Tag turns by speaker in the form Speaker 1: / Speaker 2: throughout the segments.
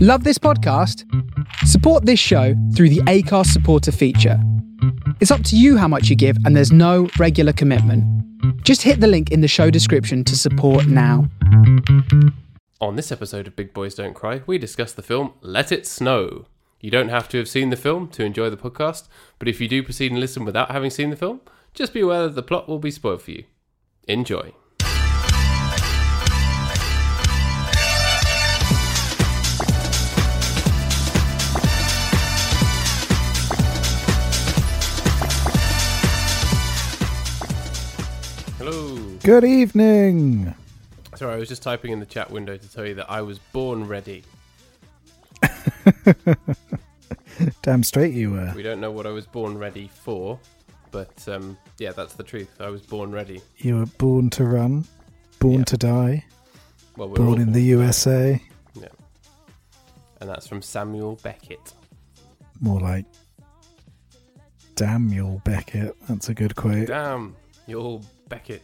Speaker 1: Love this podcast? Support this show through the ACARS supporter feature. It's up to you how much you give, and there's no regular commitment. Just hit the link in the show description to support now.
Speaker 2: On this episode of Big Boys Don't Cry, we discuss the film Let It Snow. You don't have to have seen the film to enjoy the podcast, but if you do proceed and listen without having seen the film, just be aware that the plot will be spoiled for you. Enjoy. Hello.
Speaker 3: Good evening.
Speaker 2: Sorry, I was just typing in the chat window to tell you that I was born ready.
Speaker 3: Damn straight you were.
Speaker 2: We don't know what I was born ready for, but um, yeah, that's the truth. I was born ready.
Speaker 3: You were born to run, born
Speaker 2: Yeah.
Speaker 3: to die,
Speaker 2: Well, we're all
Speaker 3: born in the USA.
Speaker 2: Yeah. And that's from Samuel Beckett.
Speaker 3: More like Daniel Beckett. That's a good quote.
Speaker 2: Damn, you're all Beckett.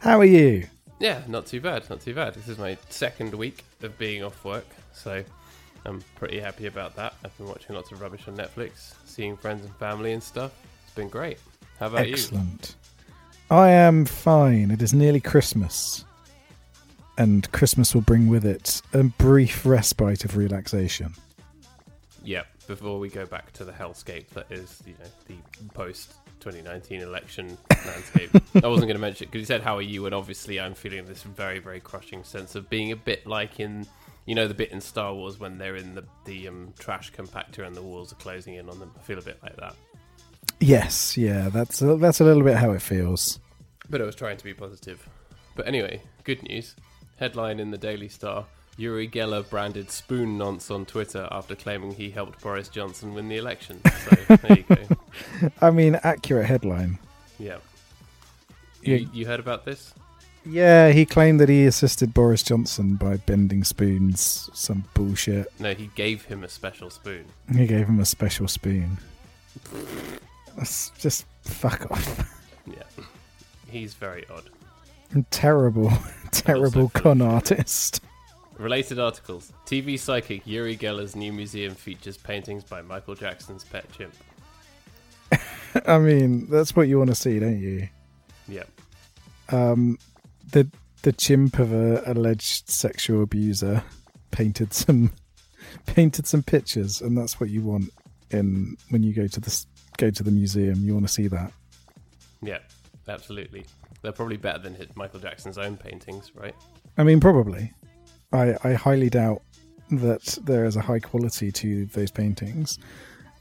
Speaker 3: How are you?
Speaker 2: Yeah, not too bad, not too bad. This is my second week of being off work, so I'm pretty happy about that. I've been watching lots of rubbish on Netflix, seeing friends and family and stuff. It's been great. How about
Speaker 3: Excellent. I am fine. It is nearly Christmas. And Christmas will bring with it a brief respite of relaxation.
Speaker 2: you? Yeah, before we go back to the hellscape that is, you know, the post 2019 election landscape. I wasn't going to mention it because you said, How are you? And obviously, I'm feeling this very, very crushing sense of being a bit like in, you know, the bit in Star Wars when they're in the, the um, trash compactor and the walls are closing in on them. I feel a bit like that.
Speaker 3: Yes, yeah, that's a, that's a little bit how it feels.
Speaker 2: But I was trying to be positive. But anyway, good news. Headline in the Daily Star Yuri Geller branded spoon nonce on Twitter after claiming he helped Boris Johnson win the election. So there you go.
Speaker 3: I mean, accurate headline.
Speaker 2: Yeah.
Speaker 3: Yeah.
Speaker 2: You, you heard about this?
Speaker 3: Yeah, he claimed that he assisted Boris Johnson by bending spoons, some bullshit.
Speaker 2: No, he gave him a special spoon.
Speaker 3: He gave him a special spoon. That's just fuck off.
Speaker 2: Yeah. He's very odd.
Speaker 3: Terrible, terrible
Speaker 2: feel-
Speaker 3: con artist.
Speaker 2: Related articles. TV psychic Yuri Geller's new museum features paintings by Michael Jackson's pet chimp.
Speaker 3: I mean, that's what you want to see, don't you?
Speaker 2: Yeah.
Speaker 3: Um, the the chimp of a alleged sexual abuser painted some painted some pictures, and that's what you want in when you go to the s- go to the museum. You want to see that.
Speaker 2: Yeah. Absolutely. They're probably better than his, Michael Jackson's own paintings, right?
Speaker 3: I mean, probably. I, I highly doubt that there is a high quality to those paintings.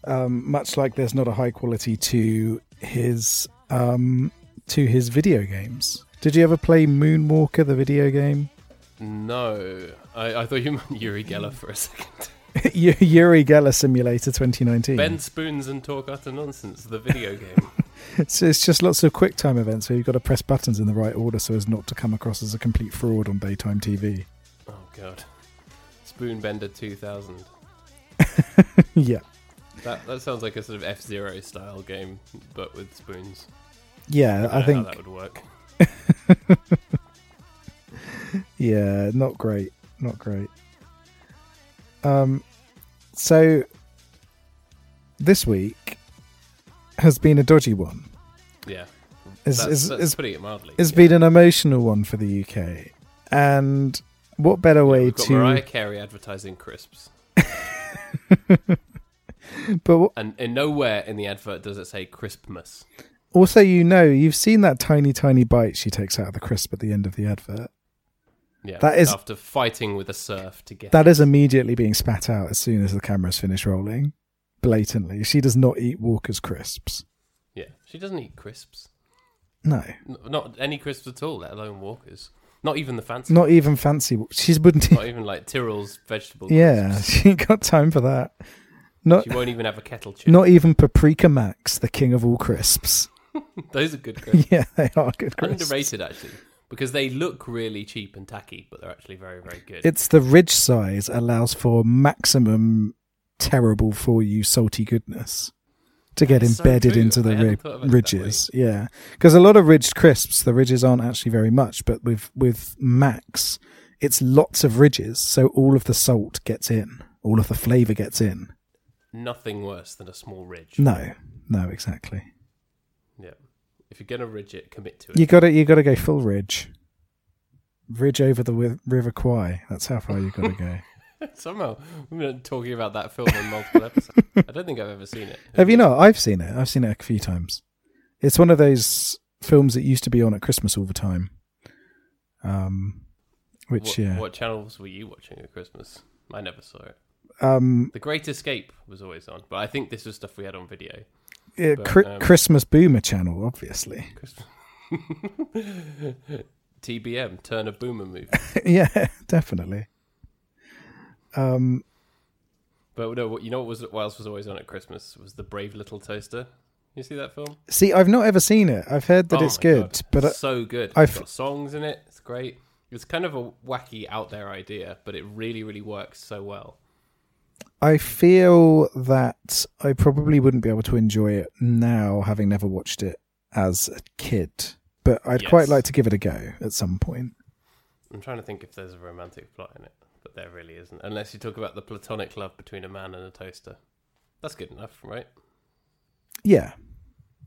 Speaker 3: Um, much like there's not a high quality to his um, to his video games. Did you ever play Moonwalker, the video game?
Speaker 2: No, I, I thought you meant Yuri Geller for a second.
Speaker 3: Y- Yuri Geller Simulator 2019.
Speaker 2: Ben Spoons and Talk Utter Nonsense, the video game.
Speaker 3: It's, it's just lots of quick time events where you've got to press buttons in the right order so as not to come across as a complete fraud on daytime TV.
Speaker 2: oh god, Spoonbender 2000.
Speaker 3: yeah,
Speaker 2: That that sounds like a sort of F Zero style game, but with spoons.
Speaker 3: yeah,
Speaker 2: don't
Speaker 3: I
Speaker 2: know
Speaker 3: think
Speaker 2: how that would work.
Speaker 3: Yeah, not great. Not great. Um so this week has been a dodgy one.
Speaker 2: Yeah,
Speaker 3: It's,
Speaker 2: that's,
Speaker 3: it's,
Speaker 2: that's
Speaker 3: it's,
Speaker 2: putting it mildly.
Speaker 3: it's
Speaker 2: Yeah.
Speaker 3: been an emotional one for the UK. And what better way
Speaker 2: We've got
Speaker 3: to
Speaker 2: Mariah Carey advertising crisps,
Speaker 3: but what-
Speaker 2: and, and nowhere in the advert does it say Crispmas.
Speaker 3: also you know you've seen that tiny tiny bite she takes out of the crisp at the end of the advert.
Speaker 2: Yeah,
Speaker 3: That is-
Speaker 2: after fighting with a surf to get
Speaker 3: That is immediately being spat out as soon as the cameras finish rolling. Blatantly, she does not eat Walker's crisps.
Speaker 2: Yeah, she doesn't eat crisps.
Speaker 3: No.
Speaker 2: N- not any crisps at all, let alone Walkers. Not even the fancy.
Speaker 3: Not even fancy. She wouldn't
Speaker 2: Not even like Tyrrell's vegetable.
Speaker 3: Yeah,
Speaker 2: crisps.
Speaker 3: she ain't got time for that. Not
Speaker 2: She won't even have a kettle chip.
Speaker 3: not even Paprika Max, the king of all crisps.
Speaker 2: Those are good crisps.
Speaker 3: Yeah, they are good crisps.
Speaker 2: Underrated actually, because they look really cheap and tacky, but they're actually very, very good.
Speaker 3: It's the ridge size allows for maximum terrible for you salty goodness to get
Speaker 2: That's so
Speaker 3: embedded
Speaker 2: true.
Speaker 3: into
Speaker 2: I
Speaker 3: the
Speaker 2: hadn't
Speaker 3: ri-
Speaker 2: thought of it that
Speaker 3: ridges. Yeah, because a lot of ridged crisps, the ridges aren't actually very much, but with with Max, It's lots of ridges, so all of the salt gets in, all of the flavour gets in.
Speaker 2: Nothing worse than a small ridge.
Speaker 3: No, no, exactly.
Speaker 2: Yeah. If you're gonna ridge it, commit to it.
Speaker 3: You got to You got to go full ridge. Ridge over the wi- River Kwai. That's how far you got to go.
Speaker 2: Somehow we've been talking about that film in multiple episodes. I don't think I've ever seen it.
Speaker 3: Have you not? I've seen it. I've seen it a few times. It's one of those films that used to be on at Christmas all the time. Um, which
Speaker 2: What,
Speaker 3: yeah,
Speaker 2: what channels were you watching at Christmas? I never saw it.
Speaker 3: um,
Speaker 2: The Great Escape was always on, but I think this was stuff we had on video.
Speaker 3: yeah,
Speaker 2: but,
Speaker 3: Chri-
Speaker 2: um,
Speaker 3: Christmas Boomer Channel, obviously.
Speaker 2: Christmas. TBM, Turner Boomer movie.
Speaker 3: yeah, definitely. Um,
Speaker 2: But no, what- you know what was what else was always on at Christmas was the Brave Little Toaster. You see that film?
Speaker 3: see, I've not ever seen it. I've heard that
Speaker 2: Oh
Speaker 3: it's
Speaker 2: my
Speaker 3: good,
Speaker 2: God,
Speaker 3: but I,
Speaker 2: so good.
Speaker 3: I
Speaker 2: It's
Speaker 3: f-
Speaker 2: got songs in it. It's great. It's kind of a wacky, out there idea, but it really, really works so well.
Speaker 3: I feel that I probably wouldn't be able to enjoy it now, having never watched it as a kid. But I'd quite
Speaker 2: Yes.
Speaker 3: like to give it a go at some point.
Speaker 2: I'm trying to think if there's a romantic plot in it, but there really isn't, unless you talk about the platonic love between a man and a toaster. That's good enough, right?
Speaker 3: Yeah,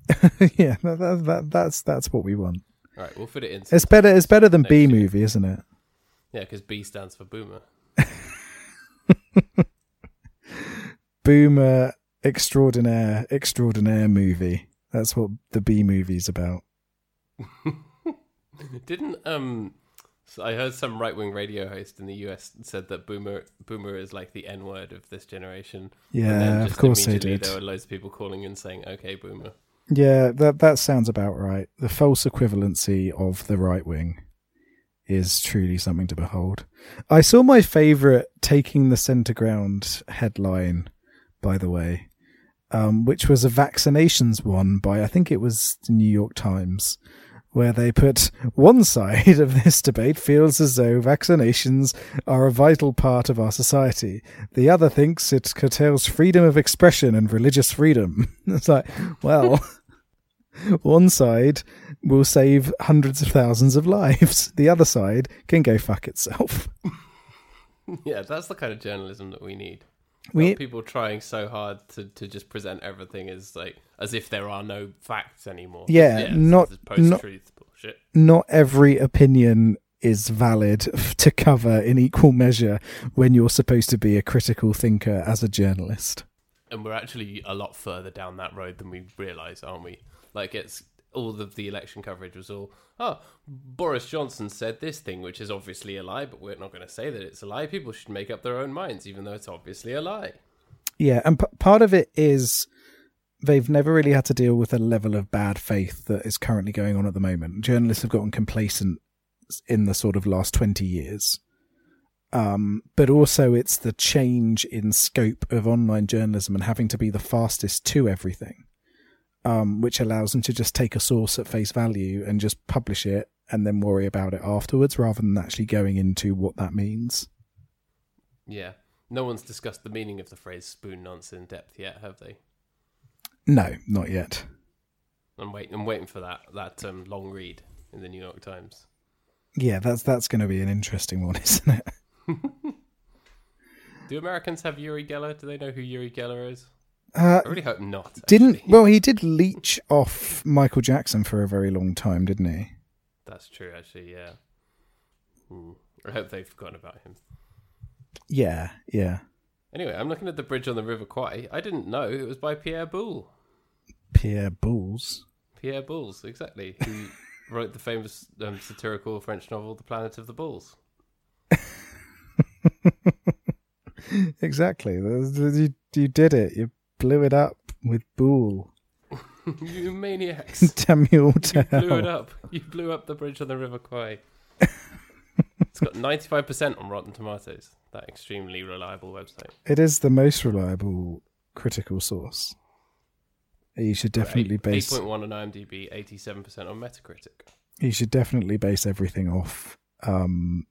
Speaker 3: yeah, that, that, that, that's that's what we want.
Speaker 2: All right, we'll fit it in. Yeah, 'cause
Speaker 3: It's better. It's better than
Speaker 2: Next year.
Speaker 3: B movie, isn't it?
Speaker 2: Yeah, because B stands for boomer.
Speaker 3: Boomer extraordinaire, extraordinaire movie. That's what the B movie's about.
Speaker 2: Didn't um, so I heard some right wing radio host in the US said that boomer boomer is like the N word of this generation. and then
Speaker 3: Yeah, of
Speaker 2: just
Speaker 3: course they
Speaker 2: immediately
Speaker 3: did.
Speaker 2: There were loads of people calling and saying, "Okay, boomer."
Speaker 3: Yeah, that that sounds about right. The false equivalency of the right wing is truly something to behold. I saw my favorite taking the center ground headline, by the way, um, which was a vaccinations one by I think it was the New York Times, where they put one side of this debate feels as though vaccinations are a vital part of our society. The other thinks it curtails freedom of expression and religious freedom. It's like, well, one side will save hundreds of thousands of lives. The other side can go fuck itself.
Speaker 2: yeah, that's the kind of journalism that we need.
Speaker 3: We-
Speaker 2: Not people trying so hard to, to just present everything as like as if there are no facts anymore.
Speaker 3: Yeah, not-
Speaker 2: post truth bullshit.
Speaker 3: Not every opinion is valid to cover in equal measure when you're supposed to be a critical thinker as a journalist.
Speaker 2: And we're actually a lot further down that road than we realise, aren't we? Like it's all of the election coverage was all, oh, Boris Johnson said this thing, which is obviously a lie, but we're not going to say that it's a lie. People should make up their own minds, even though it's obviously a lie.
Speaker 3: Yeah, and p- part of it is they've never really had to deal with the level of bad faith that is currently going on at the moment. Journalists have gotten complacent s- in the sort of last 20 years. Um, but also, it's the change in scope of online journalism and having to be the fastest to everything, um, which allows them to just take a source at face value and just publish it and then worry about it afterwards rather than actually going into what that means.
Speaker 2: Yeah. No one's discussed the meaning of the phrase spoon nonce in depth yet, have they?
Speaker 3: No, not yet.
Speaker 2: I'm waiting. I'm waiting for that that um, long read in the New York Times.
Speaker 3: Yeah, that's that's going to be an interesting one, isn't it?
Speaker 2: Do Americans have Yuri Geller? Do they know who Yuri Geller is?
Speaker 3: Uh,
Speaker 2: I really hope not.
Speaker 3: didn't
Speaker 2: actually.
Speaker 3: well, he did leech off Michael Jackson for a very long time, didn't he?
Speaker 2: That's true, actually. Yeah. Hmm. I hope they've forgotten about him.
Speaker 3: Yeah, yeah.
Speaker 2: Anyway, I'm looking at the bridge on the River Kwai. I didn't know it was by Pierre Boulle.
Speaker 3: Pierre Boules.
Speaker 2: Pierre Boules, exactly. Who wrote the famous um, satirical French novel, The Planet of the Bulls.
Speaker 3: Exactly. There's- You, you did it. You blew it up with Boule.
Speaker 2: you maniacs!
Speaker 3: Damn you all
Speaker 2: You
Speaker 3: to
Speaker 2: blew it
Speaker 3: hell.
Speaker 2: up. You blew up the bridge on the River Kwai. it's got 95% on Rotten Tomatoes, that extremely reliable website.
Speaker 3: It is the most reliable critical source. You should definitely
Speaker 2: Eight-
Speaker 3: base
Speaker 2: 8.1 on IMDb, 87% on Metacritic.
Speaker 3: you should definitely base everything off um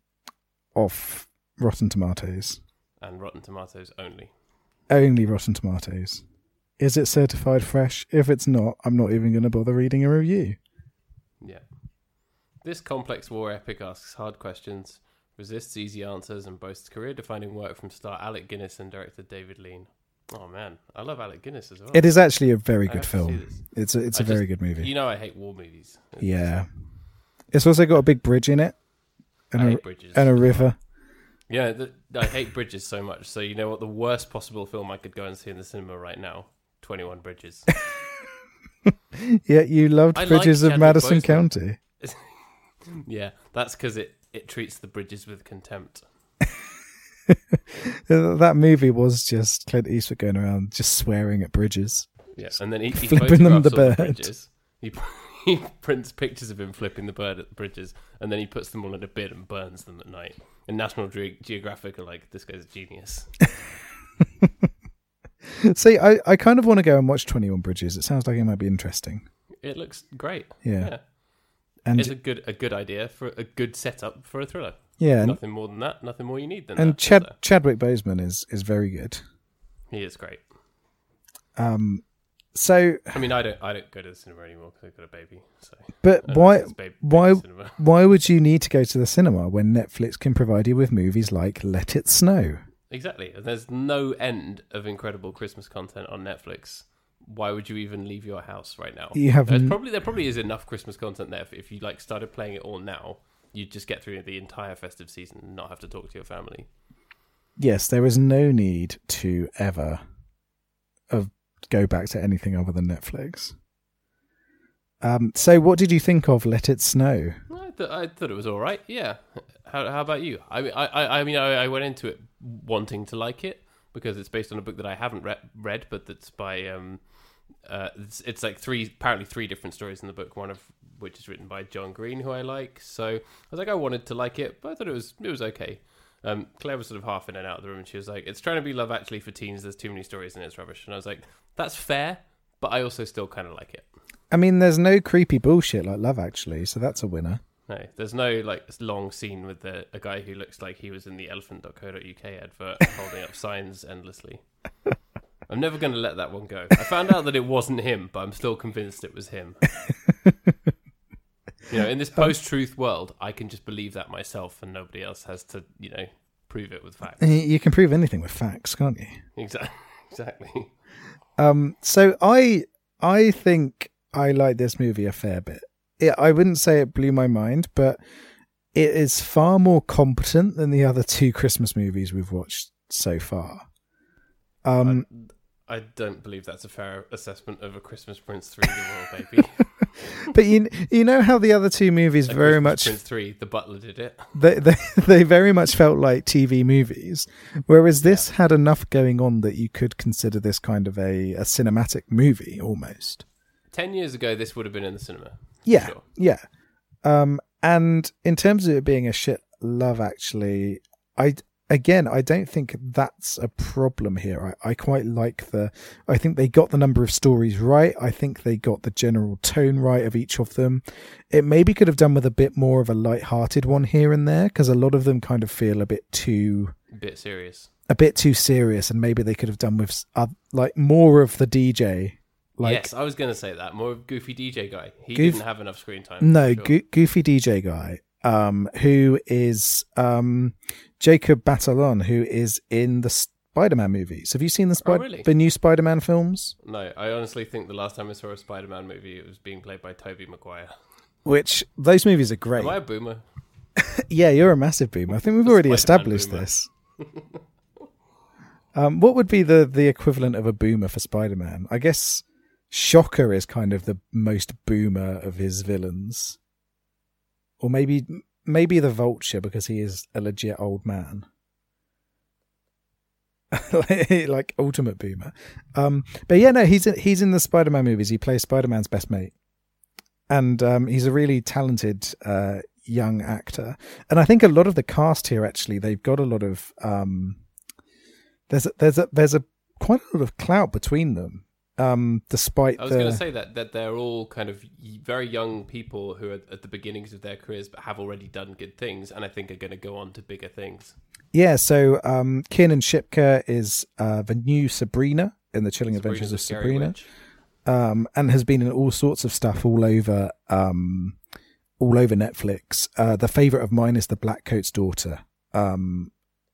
Speaker 3: off Rotten Tomatoes.
Speaker 2: And Rotten Tomatoes only.
Speaker 3: only Rotten Tomatoes. Is it certified fresh? If it's not, I'm not even going to bother reading a review.
Speaker 2: Yeah. This complex war epic asks hard questions, Resists easy answers and boasts career-defining work from star Alec Guinness and director David Lean. Oh man, I love Alec Guinness as well.
Speaker 3: It is actually a very
Speaker 2: I
Speaker 3: good
Speaker 2: have to see
Speaker 3: film.
Speaker 2: this.
Speaker 3: It's a, it's a
Speaker 2: I
Speaker 3: very
Speaker 2: just-
Speaker 3: good movie.
Speaker 2: You know, I hate war movies.
Speaker 3: yeah. It's also got a big bridge in it and
Speaker 2: I
Speaker 3: a,
Speaker 2: hate bridges.
Speaker 3: and a river.
Speaker 2: Yeah, th I hate bridges so much. So you know what? The worst possible film I could go and see in the cinema right now: Twenty One Bridges.
Speaker 3: Yeah, you loved
Speaker 2: I like
Speaker 3: Bridges of
Speaker 2: Chadwick
Speaker 3: Madison
Speaker 2: Boseman.
Speaker 3: County.
Speaker 2: yeah, that's because it it treats the bridges with contempt.
Speaker 3: Uh, That movie was just Clint Eastwood going around just swearing at bridges.
Speaker 2: Yeah, and then he, he
Speaker 3: Flipping them
Speaker 2: photographs
Speaker 3: the
Speaker 2: all
Speaker 3: bird.
Speaker 2: bridges. He, he prints pictures of him flipping the bird at the bridges, and then he puts them all in a bin and burns them at night. And National Ge- Geographic are like, "This guy's a genius."
Speaker 3: See, I, I kind of want to go and watch 21 Bridges. It sounds like it might be interesting.
Speaker 2: It looks great.
Speaker 3: Yeah.
Speaker 2: yeah.
Speaker 3: And
Speaker 2: it's a good a good idea for a good setup for a thriller.
Speaker 3: yeah, and,
Speaker 2: nothing more than that. Nothing more you need than
Speaker 3: and
Speaker 2: that.
Speaker 3: Chad,
Speaker 2: so.
Speaker 3: Chadwick Boseman is, is very good.
Speaker 2: he is great.
Speaker 3: Um, so,
Speaker 2: I mean, I don't I don't go to the cinema anymore because I've got a baby. So
Speaker 3: but
Speaker 2: I don't
Speaker 3: why
Speaker 2: think it's babe-
Speaker 3: why
Speaker 2: baby cinema.
Speaker 3: why would you need to go to the cinema when Netflix can provide you with movies like Let It Snow?
Speaker 2: Exactly. And There's no end of incredible Christmas content on Netflix. Why would you even leave your house right now?
Speaker 3: You have
Speaker 2: There's
Speaker 3: n-
Speaker 2: probably there probably is enough Christmas content there. If, if you like started playing it all now, you'd just get through the entire festive season and not have to talk to your family.
Speaker 3: Yes, there is no need to ever of go back to anything other than Netflix. Um, so, what did you think of Let It Snow?
Speaker 2: I, th- I thought it was all right. Yeah. How, how about you? I mean, I, I, I mean, I, I went into it wanting to like it because it's based on a book that I haven't re- read, but that's by um, uh, it's, it's like three apparently three different stories in the book. One of which is written by John Green, who I like. So I was like, I wanted to like it, but I thought it was it was okay. Um, Claire was sort of half in and out of the room, and she was like, "It's trying to be Love Actually for teens. There's too many stories and it's rubbish." And I was like, "That's fair, but I also still kind of like it."
Speaker 3: I mean, there's no creepy bullshit like Love Actually, so that's a winner.
Speaker 2: No, there's no like long scene with the, a guy who looks like he was in the elephant.co.uk advert holding up signs endlessly. I'm never going to let that one go. I found out that it wasn't him, but I'm still convinced it was him. you know, in
Speaker 3: Um,
Speaker 2: this post-truth world, I can just believe that myself and nobody else has to, you know, prove it with facts.
Speaker 3: Y- You can prove anything with facts, can't you?
Speaker 2: Exactly. Exactly.
Speaker 3: Um, so I I think I like this movie a fair bit. It, I wouldn't say it blew my mind, but it is far more competent than the other two Christmas movies we've watched so far. Um,
Speaker 2: I don't believe that's a fair assessment of a Christmas Prince 3 the Royal Baby.
Speaker 3: but you you know how the other two movies
Speaker 2: A
Speaker 3: very
Speaker 2: Christmas
Speaker 3: much
Speaker 2: Prince 3, the butler did it.
Speaker 3: they, they they very much felt like TV movies, whereas this had enough going on that you could consider this kind of a, a cinematic movie almost.
Speaker 2: 10 years ago this would have been in the cinema.
Speaker 3: Yeah,
Speaker 2: Sure.
Speaker 3: yeah. Um, and in terms of it being a shit love, actually, I again, I don't think that's a problem here. I, I quite like the. I think they got the number of stories right. I think they got the general tone right of each of them. It maybe could have done with a bit more of a light-hearted one here and there because a lot of them kind of feel a bit too
Speaker 2: bit serious.
Speaker 3: a bit too serious and maybe they could have done with s- uh, like more of the DJ like
Speaker 2: yes, I was going to say that. More of goofy DJ guy. He
Speaker 3: Goof-
Speaker 2: didn't have enough screen time.
Speaker 3: No,
Speaker 2: for sure.
Speaker 3: goo- goofy DJ guy, um, who is um, Jacob Batalon, who is in the Spider-Man movies. Have you seen the, Spid-
Speaker 2: Oh, really?
Speaker 3: the new Spider-Man films?
Speaker 2: no, I honestly think the last time I saw a Spider-Man movie, it was being played by Toby Maguire.
Speaker 3: Which those movies are great.
Speaker 2: Am I a boomer?
Speaker 3: Yeah, you're a massive boomer. I think we've already
Speaker 2: Spider-Man
Speaker 3: established
Speaker 2: boomer.
Speaker 3: this. um, what would be the the equivalent of a boomer for Spider-Man? I guess Shocker is kind of the most boomer of his villains, or maybe maybe the Vulture because he is a legit old man. like ultimate boomer, um, but yeah, no, he's in, he's in the Spider-Man movies. He plays Spider-Man's best mate and um, he's a really talented uh, young actor. And I think a lot of the cast here actually they've got a lot of um, there's a, there's a there's a quite a lot of clout between them, um, despite
Speaker 2: I was
Speaker 3: the
Speaker 2: going to say that that they're all kind of y- very young people who are at the beginnings of their careers, but have already done good things, and I think are going to go on to bigger things.
Speaker 3: yeah. So um, Kiernan Shipka is uh, the new Sabrina in the Chilling Adventures
Speaker 2: Sabrina's a
Speaker 3: of
Speaker 2: scary
Speaker 3: Sabrina.
Speaker 2: witch.
Speaker 3: um, and has been in all sorts of stuff all over um, all over Netflix. Uh, the favorite of mine is The Black Coat's Daughter, um,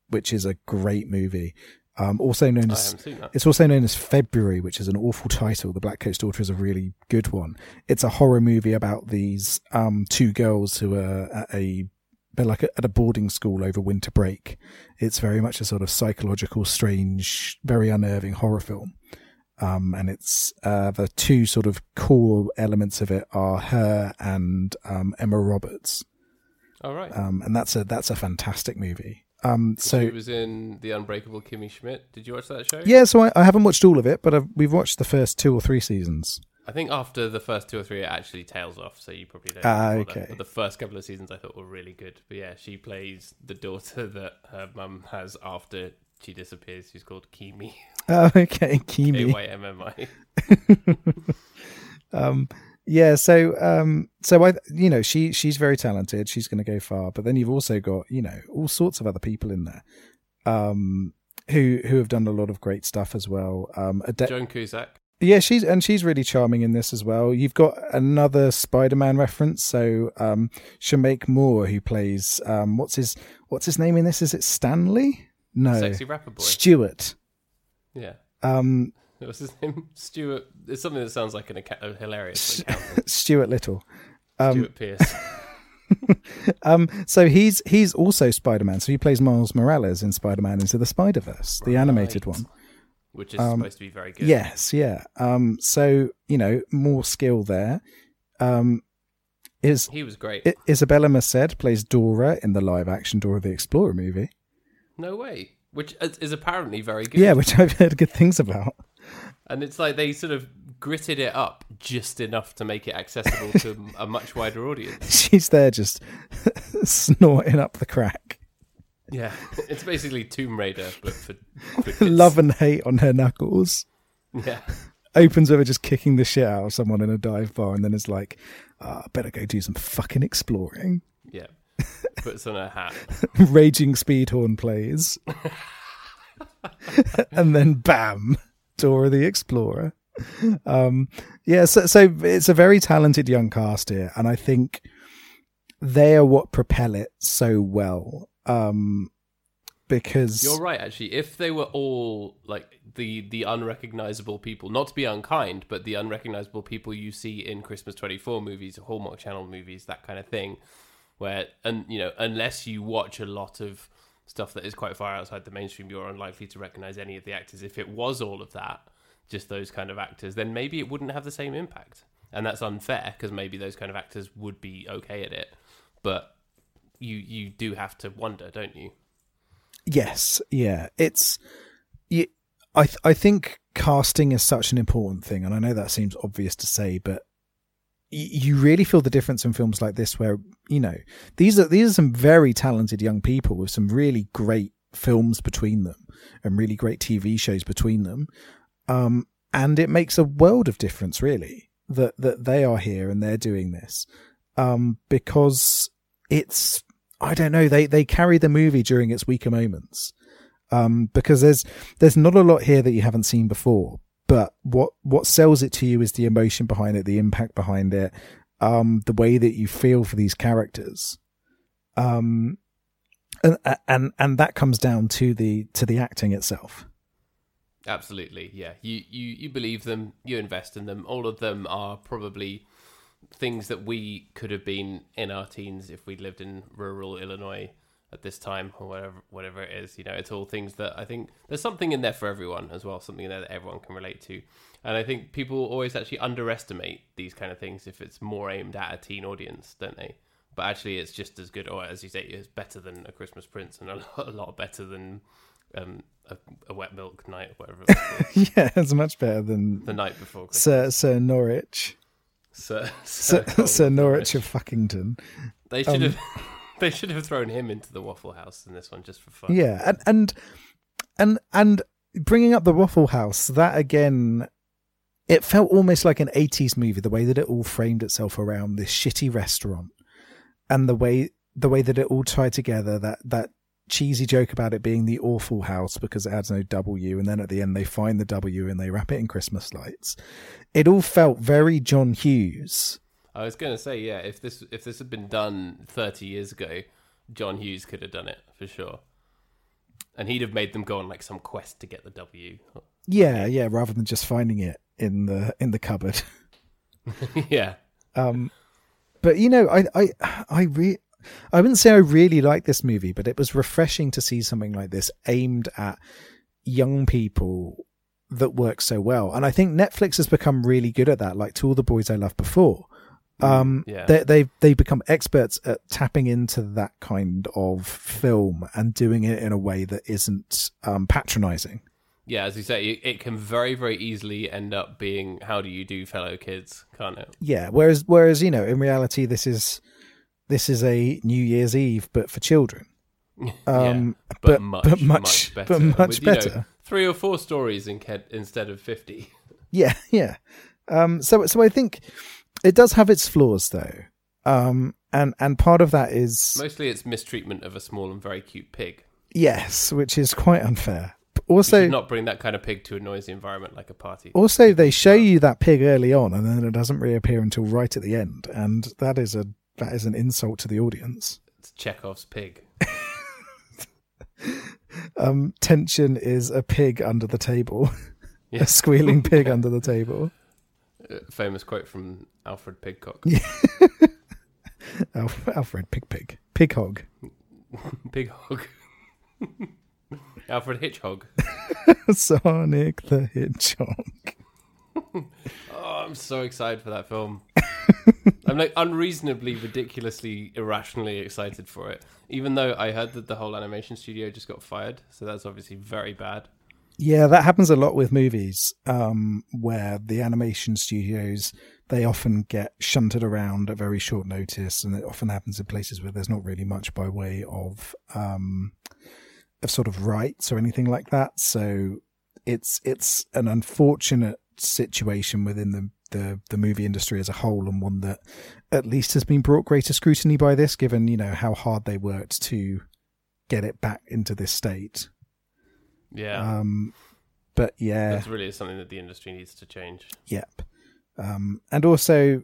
Speaker 3: which is a great movie. Um, also known
Speaker 2: I
Speaker 3: as
Speaker 2: haven't seen that.
Speaker 3: it's also known as February, which is an awful title. The Black Coat's Daughter is a really good one. It's a horror movie about these um, two girls who are at a they're like at a boarding school over winter break. It's very much a sort of psychological, strange, very unnerving horror film. Um, and it's uh, the two sort of core elements of it are her and um, Emma Roberts,
Speaker 2: All right.
Speaker 3: um, and that's a that's a fantastic movie. Um, so
Speaker 2: she was in the Unbreakable Kimmy Schmidt. Did you watch that show?
Speaker 3: Yeah, so I, I haven't watched all of it, but I've, we've watched the first two or three seasons.
Speaker 2: I think after the first two or three, it actually tails off, so you probably don't.
Speaker 3: Ah,
Speaker 2: recall that.
Speaker 3: okay.
Speaker 2: But the first couple of seasons I thought were really good. But yeah, she plays the daughter that her mum has after she disappears, who's called Kimi.
Speaker 3: Oh, okay, Kimi.
Speaker 2: A Y M M I.
Speaker 3: um yeah so um so i you know she she's very talented she's going to go far but then you've also got you know all sorts of other people in there um who who have done a lot of great stuff as well um Ade-
Speaker 2: Joan Cusack.
Speaker 3: yeah she's and she's really charming in this as well you've got another spider-man reference so um Shameik moore who plays um what's his what's his name in this is it stanley no
Speaker 2: Sexy rapper boy.
Speaker 3: stuart
Speaker 2: Yeah.
Speaker 3: um
Speaker 2: What's his name? Stuart. It's something that sounds like an account- a hilarious account.
Speaker 3: stuart little
Speaker 2: Stuart Pierce.
Speaker 3: Um, so he's he's also Spider Man. So he plays Miles Morales in Spider Man into the Spider Verse, the animated
Speaker 2: Right.
Speaker 3: one.
Speaker 2: Which is supposed to be very good.
Speaker 3: Yes, um, yeah. Um, so you know more skill there. Um, is
Speaker 2: He was great.
Speaker 3: I- Isabella Merced plays Dora in the live action Dora the Explorer movie?
Speaker 2: no way. Which is is apparently very good.
Speaker 3: Yeah, which I've heard good things about.
Speaker 2: And it's like they sort of gritted it up just enough to make it accessible to a much wider audience.
Speaker 3: She's there just snorting up the crack,
Speaker 2: Yeah, it's basically Tomb Raider, but for, for kids.
Speaker 3: love and hate on her knuckles.
Speaker 2: Yeah,
Speaker 3: Opens with her just kicking the shit out of someone in a dive bar, and then is like, "Ah, "Better go do some fucking exploring."
Speaker 2: yeah. Puts on a hat.
Speaker 3: raging speed horn plays and then bam dora the explorer um yeah so, so it's a very talented young cast here and i think they are what propel it so well um because
Speaker 2: You're right, actually. If they were all like the the unrecognizable people, not to be unkind, but the unrecognizable people you see in Christmas 24 movies, Hallmark Channel movies, that kind of thing, where and you know, unless you watch a lot of stuff that is quite far outside the mainstream, you're unlikely to recognize any of the actors. If it was all of that, just those kind of actors, then maybe it wouldn't have the same impact. And that's unfair because maybe those kind of actors would be okay at it, but you you do have to wonder, don't you?
Speaker 3: Yes, yeah. It's y I I th- I think casting is such an important thing, and I know that seems obvious to say, but y- you really feel the difference in films like this, where you know these are these are some very talented young people with some really great films between them and really great TV shows between them, um, and it makes a world of difference, really, that that they are here and they're doing this, um, because it's I don't know. They they carry the movie during its weaker moments, um, because there's there's not a lot here that you haven't seen before. But what what sells it to you is the emotion behind it, the impact behind it, um, the way that you feel for these characters, um, and and and that comes down to the to the acting itself.
Speaker 2: Absolutely, yeah. You you you believe them, you invest in them. All of them are probably things that we could have been in our teens if we lived in rural Illinois at this time or whatever whatever it is. You know, it's all things that I think there's something in there for everyone as well, something in there that everyone can relate to. And I think people always actually underestimate these kind of things if it's more aimed at a teen audience, don't they? But actually, it's just as good, or as you say, it's better than a Christmas Prince, and a lot, a lot better than um, a, a wet milk night, or whatever. It was called
Speaker 3: yeah, it's much better than
Speaker 2: the night before Christmas.
Speaker 3: Sir Sir Norwich,
Speaker 2: Sir,
Speaker 3: Sir, Sir Norwich
Speaker 2: Norwich.
Speaker 3: of Fuckington.
Speaker 2: They
Speaker 3: um,
Speaker 2: should have. They should have thrown him into the Waffle House in this one just for fun.
Speaker 3: yeah and and and and bringing up the waffle house that again it felt almost like an 80s movie the way that it all framed itself around this shitty restaurant and the way the way that it all tied together that that cheesy joke about it being the awful house because it has no w and then at the end they find the w and they wrap it in christmas lights it all felt very john hughes
Speaker 2: I was going to say, yeah, if this if this had been done 30 years ago, John Hughes could have done it for sure, and he'd have made them go on like some quest to get the W.
Speaker 3: Yeah, yeah. Rather than just finding it in the in the cupboard.
Speaker 2: yeah,
Speaker 3: Um, but you know, I I I re- I wouldn't say I really like this movie, but it was refreshing to see something like this aimed at young people that works so well. And I think Netflix has become really good at that. Like to all the boys I loved before, um,
Speaker 2: Yeah.
Speaker 3: they they they become experts at tapping into that kind of film and doing it in a way that isn't um, patronizing.
Speaker 2: yeah. As you say, it it can very very easily end up being "How do you do, fellow kids?" can't it?
Speaker 3: Yeah. Whereas whereas you know, in reality, this is this is a New Year's Eve, but for children. Um,
Speaker 2: yeah,
Speaker 3: but- but much- but much better.
Speaker 2: three or four stories in Ked, instead of 50.
Speaker 3: Yeah, yeah. Um, so, so I think it does have its flaws, though, um, and and part of that is
Speaker 2: Mostly it's mistreatment of a small and very cute pig.
Speaker 3: yes, which is quite unfair. But
Speaker 2: So,
Speaker 3: Also,
Speaker 2: not bring that kind of pig to a noisy environment like a party.
Speaker 3: also they show you that pig early on, and then it doesn't reappear until right at the end, and that is a that is an insult to the audience.
Speaker 2: It's Chekhov's pig.
Speaker 3: Um, tension is a pig under the table,
Speaker 2: Yeah.
Speaker 3: a squealing pig under the table.
Speaker 2: Uh, Famous quote from Alfred Pigcock.
Speaker 3: Alf- Alfred Pig Pig Pig Hog.
Speaker 2: Pig hog. Alfred Hitchhog.
Speaker 3: Sonic the Hedgehog.
Speaker 2: Oh, I'm so excited for that film. I'm like unreasonably, ridiculously, irrationally excited for it. Even though I heard that the whole animation studio just got fired, so that's obviously very bad.
Speaker 3: Yeah, that happens a lot with movies um, where the animation studios they often get shunted around at very short notice, and it often happens in places where there's not really much by way of um, of sort of rights or anything like that. So it's it's an unfortunate situation within the the, the movie industry as a whole, and one that at least has been brought greater scrutiny by this, given you know how hard they worked to get it back into this state.
Speaker 2: Yeah,
Speaker 3: Um, but yeah,
Speaker 2: that's really something that the industry needs to change.
Speaker 3: yep. Um, and also,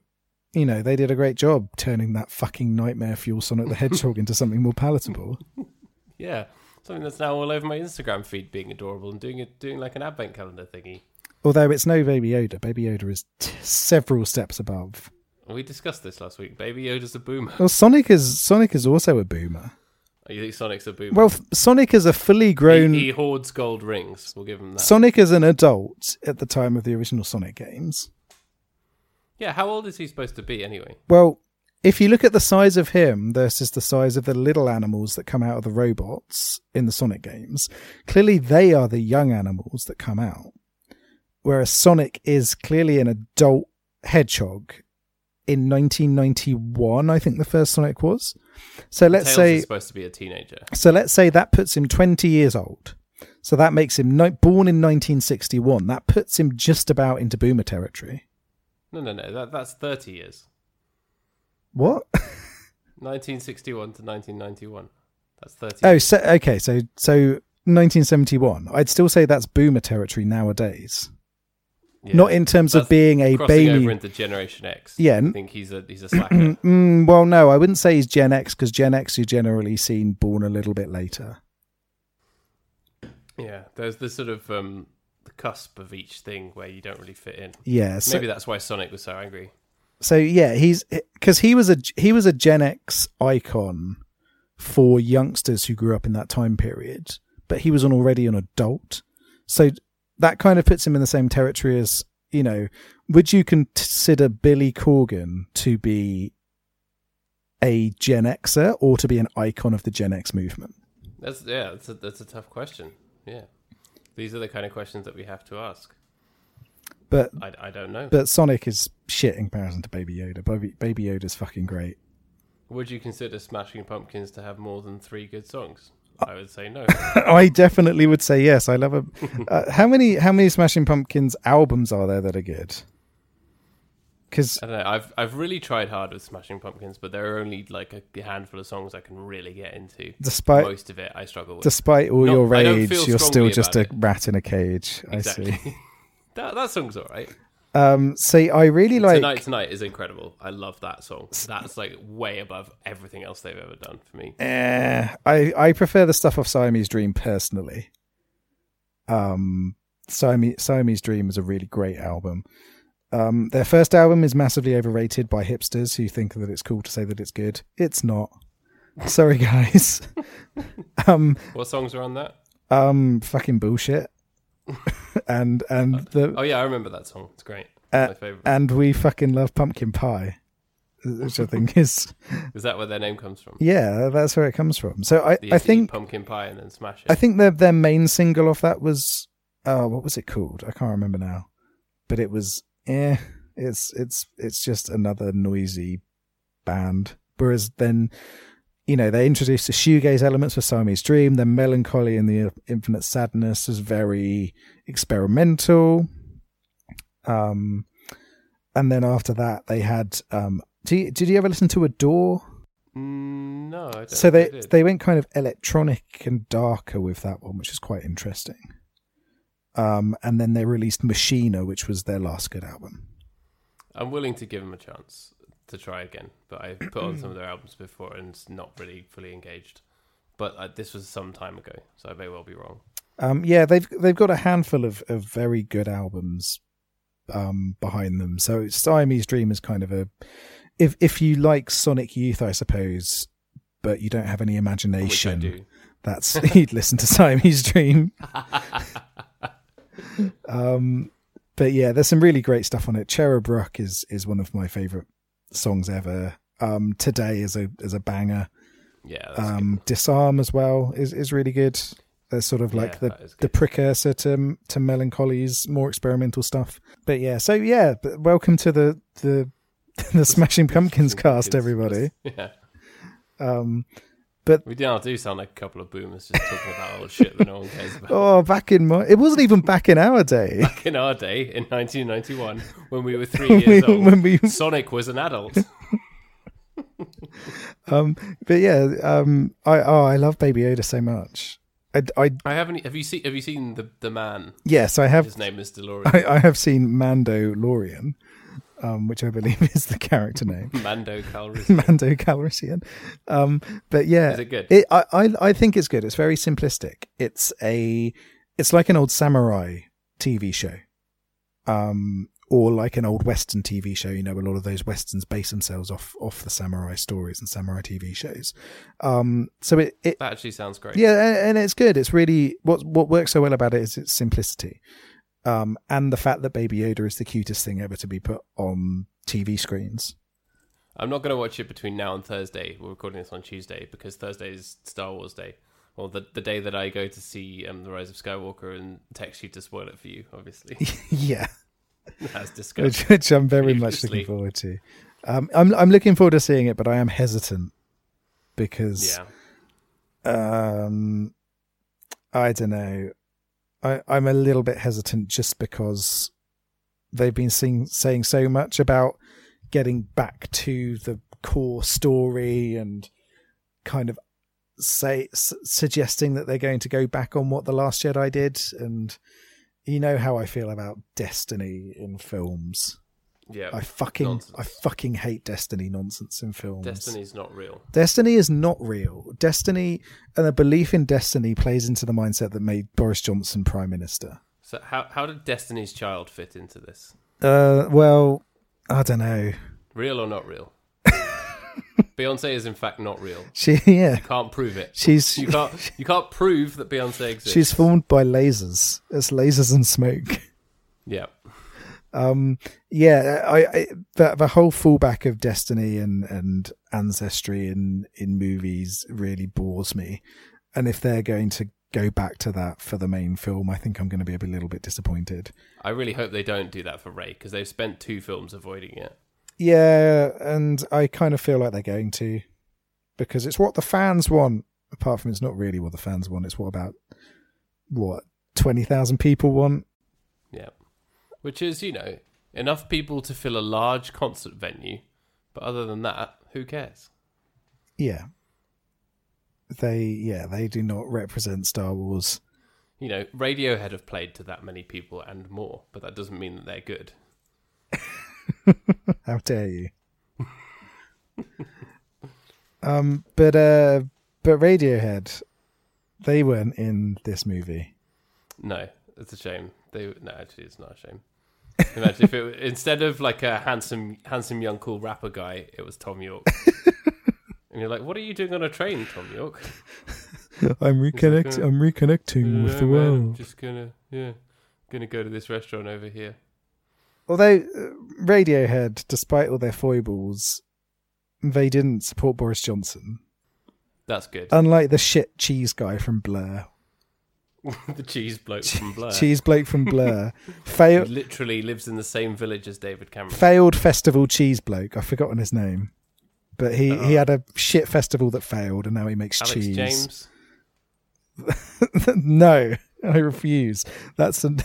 Speaker 3: you know, they did a great job turning that fucking nightmare fuel Sonic the Hedgehog into something more palatable.
Speaker 2: Yeah, something that's now all over my Instagram feed, being adorable and doing it, doing like an advent calendar thingy.
Speaker 3: Although it's no Baby Yoda. Baby Yoda is t- several steps above.
Speaker 2: We discussed this last week. Baby Yoda's a boomer.
Speaker 3: Well, Sonic is Sonic is also a boomer.
Speaker 2: You think Sonic's a boomer?
Speaker 3: Well, f- Sonic is a fully
Speaker 2: he,
Speaker 3: grown.
Speaker 2: he hoards gold rings. We'll give him that.
Speaker 3: Sonic is an adult at the time of the original Sonic games.
Speaker 2: yeah, how old is he supposed to be anyway?
Speaker 3: Well, if you look at the size of him versus the size of the little animals that come out of the robots in the Sonic games, clearly they are the young animals that come out. Whereas Sonic is clearly an adult hedgehog in 1991, I think the first Sonic was. So let's
Speaker 2: Tails
Speaker 3: say
Speaker 2: is supposed to be a teenager.
Speaker 3: so let's say that puts him 20 years old. So that makes him ni- born in 1961. That puts him just about into boomer territory.
Speaker 2: No, no, no. That that's thirty years.
Speaker 3: What?
Speaker 2: 1961 to 1991. That's 30.
Speaker 3: Oh, so, okay. So, so 1971. I'd still say that's boomer territory nowadays.
Speaker 2: Yeah.
Speaker 3: Not in terms
Speaker 2: That's
Speaker 3: of being a
Speaker 2: crossing over
Speaker 3: baby.
Speaker 2: into Generation X.
Speaker 3: Yeah,
Speaker 2: I
Speaker 3: n-
Speaker 2: think he's a he's a slacker.
Speaker 3: Mm, well, no, I wouldn't say he's Gen X because Gen X are generally seen born a little bit later.
Speaker 2: yeah, there's the sort of um, the cusp of each thing where you don't really fit in.
Speaker 3: Yeah. So,
Speaker 2: Maybe that's why Sonic was so angry.
Speaker 3: so yeah, he's because he was a he was a Gen X icon for youngsters who grew up in that time period, but he was an, already an adult. So that kind of puts him in the same territory as you know. Would you consider Billy Corgan to be a Gen Xer or to be an icon of the Gen X movement?
Speaker 2: That's yeah, that's a, that's a tough question. Yeah, these are the kind of questions that we have to ask.
Speaker 3: But
Speaker 2: I, I don't know.
Speaker 3: but Sonic is shit in comparison to Baby Yoda. Baby, Baby Yoda's fucking great.
Speaker 2: Would you consider Smashing Pumpkins to have more than three good songs?
Speaker 3: Uh,
Speaker 2: I would say no.
Speaker 3: I definitely would say yes. I love a. Uh, how many how many Smashing Pumpkins albums are there that are good? Because
Speaker 2: I don't know. I've I've really tried hard with Smashing Pumpkins, but there are only like a handful of songs I can really get into.
Speaker 3: Despite-
Speaker 2: most of it, I struggle with.
Speaker 3: despite all
Speaker 2: No,
Speaker 3: your
Speaker 2: I don't
Speaker 3: rage,
Speaker 2: feel
Speaker 3: you're still
Speaker 2: strongly
Speaker 3: just a
Speaker 2: about
Speaker 3: rat in a cage. I see.
Speaker 2: that that song's all right.
Speaker 3: Um, see, I really like.
Speaker 2: Tonight Tonight is incredible. I love that song. That's like way above everything else they've ever done for me.
Speaker 3: Eh, I I prefer the stuff of Siamese Dream personally. Um, Siamese Siamese Dream is a really great album. Um, their first album is massively overrated by hipsters who think that it's cool to say that it's good. It's not. Sorry, guys. um,
Speaker 2: What songs are on that?
Speaker 3: um, fucking bullshit. and and the
Speaker 2: Oh yeah, I remember that song. It's great.
Speaker 3: Uh,
Speaker 2: My favorite.
Speaker 3: and we fucking love pumpkin pie, which I think is
Speaker 2: Is that where their name comes from?
Speaker 3: yeah, that's where it comes from. So I
Speaker 2: The-
Speaker 3: I
Speaker 2: the
Speaker 3: think
Speaker 2: pumpkin pie and then smash it.
Speaker 3: I think their their main single off that was uh what was it called? I can't remember now. But it was eh it's it's it's just another noisy band. Whereas then you know, they introduced the shoegaze elements with Siamese Dream, then Melancholy and the Infinite Sadness is very experimental. Um and then after that they had um do you, did you ever listen to Adore?
Speaker 2: Mm, no, I don't
Speaker 3: so they
Speaker 2: think I did.
Speaker 3: they went kind of electronic and darker with that one, which is quite interesting. Um, and then they released Machina, which was their last good album.
Speaker 2: I'm willing to give them a chance to try again, but I've put on some of their albums before and it's not really fully engaged. But uh, this was some time ago, so I may well be wrong.
Speaker 3: Um, yeah, they've they've got a handful of, of very good albums um, behind them. So Siamese Dream is kind of a if if you like Sonic Youth, I suppose, but you don't have any
Speaker 2: Which I
Speaker 3: imagination.
Speaker 2: do.
Speaker 3: That's you'd listen to Siamese Dream. um, but yeah, there's some really great stuff on it. Cherub Rock is is one of my favorite songs ever. Um, Today is a is a banger.
Speaker 2: Yeah, that's good.
Speaker 3: Um, Disarm as well is is really good. There's sort of like
Speaker 2: Yeah, that
Speaker 3: the
Speaker 2: is
Speaker 3: the
Speaker 2: good.
Speaker 3: precursor to to Melancholy's more experimental stuff. But yeah, so yeah, but welcome to the the the Smashing Pumpkins cast, everybody.
Speaker 2: Yeah,
Speaker 3: Um,
Speaker 2: we now do sound like a couple of boomers just talking about old shit that no one cares about.
Speaker 3: oh, back in my it wasn't even back in our day.
Speaker 2: Back in our day, in 1991, when we were three years
Speaker 3: we-
Speaker 2: old,
Speaker 3: when we-
Speaker 2: Sonic was an adult.
Speaker 3: But yeah, um, I oh, I love Baby Yoda so much. I, I
Speaker 2: I haven't. e-, Have you seen? Have you seen the the man?
Speaker 3: yes, I have
Speaker 2: His name is DeLorean.
Speaker 3: I, I have seen Mando Lorian, um, which I believe is the character name.
Speaker 2: Mando Calrissian.
Speaker 3: Mando Calrissian, um, but yeah,
Speaker 2: Is it good?
Speaker 3: It, I, I I think it's good. It's very simplistic. It's a it's like an old samurai TV show, um, or like an old western TV show. You know, a lot of those westerns base themselves off off the samurai stories and samurai TV shows. Um, so it, it
Speaker 2: That actually sounds great.
Speaker 3: Yeah, a- and it's good. It's really what what works so well about it is its simplicity, um, and the fact that Baby Yoda is the cutest thing ever to be put on TV screens.
Speaker 2: I'm not going to watch it between now and Thursday. We're recording this on Tuesday because Thursday is Star Wars Day, or the the day that I go to see um, the Rise of Skywalker and text you to spoil it for you. Obviously,
Speaker 3: yeah,
Speaker 2: that's disgusting.
Speaker 3: which, which I'm very much
Speaker 2: Previously.
Speaker 3: looking forward to. Um, I'm I'm looking forward to seeing it, but I am hesitant because
Speaker 2: Yeah,
Speaker 3: um, I don't know. I I'm a little bit hesitant just because they've been sing, saying so much about getting back to the core story and kind of say s- suggesting that they're going to go back on what the last Jedi did and you know how I feel about destiny in films.
Speaker 2: yeah.
Speaker 3: I fucking I
Speaker 2: Nonsense.
Speaker 3: fucking hate destiny nonsense in films.
Speaker 2: Destiny's not real.
Speaker 3: Destiny is not real. Destiny and the belief in destiny plays into the mindset that made Boris Johnson prime minister.
Speaker 2: So how how did Destiny's Child fit into this?
Speaker 3: Uh, well, I don't know.
Speaker 2: Real or not real? Beyonce is in fact not real.
Speaker 3: She yeah,
Speaker 2: Can't prove it.
Speaker 3: she's
Speaker 2: You can't you can't prove that Beyonce exists.
Speaker 3: she's formed by lasers. It's lasers and smoke.
Speaker 2: yeah.
Speaker 3: Um, yeah, I, I the, the whole fallback of destiny and and ancestry in in movies really bores me. And if they're going to go back to that for the main film, I think I'm going to be a little bit disappointed.
Speaker 2: I really hope they don't do that for Ray because they've spent two films avoiding it.
Speaker 3: Yeah, and I kind of feel like they're going to because it's what the fans want. Apart from it's not really what the fans want, it's what about what 20,000 people want.
Speaker 2: Yeah. Which is, you know, enough people to fill a large concert venue, but other than that, who cares?
Speaker 3: Yeah. They yeah, they do not represent Star Wars.
Speaker 2: You know, Radiohead have played to that many people and more, but that doesn't mean that they're good.
Speaker 3: How dare you? um, but uh, but Radiohead, they weren't in this movie.
Speaker 2: No, it's a shame. They no, actually, it's not a shame. Imagine if it instead of like a handsome, handsome young cool rapper guy, it was Tom York. and you're like, what are you doing on a train, Tom York?
Speaker 3: I'm reconnect.
Speaker 2: gonna-
Speaker 3: I'm reconnecting
Speaker 2: "No,
Speaker 3: with the
Speaker 2: man, I'm
Speaker 3: world.
Speaker 2: just gonna yeah, gonna go to this restaurant over here.
Speaker 3: Although uh, Radiohead, despite all their foibles, they didn't support Boris Johnson.
Speaker 2: That's good.
Speaker 3: Unlike the shit cheese guy from Blur, Uh,
Speaker 2: the cheese bloke from Blur.
Speaker 3: cheese bloke from Blur,
Speaker 2: He
Speaker 3: failed
Speaker 2: literally lives in the same village as David Cameron.
Speaker 3: failed festival cheese bloke. I've forgotten his name, but he he
Speaker 2: Oh.
Speaker 3: had a shit festival that failed, and now he makes
Speaker 2: Alex
Speaker 3: cheese.
Speaker 2: James.
Speaker 3: no, I refuse. That's an,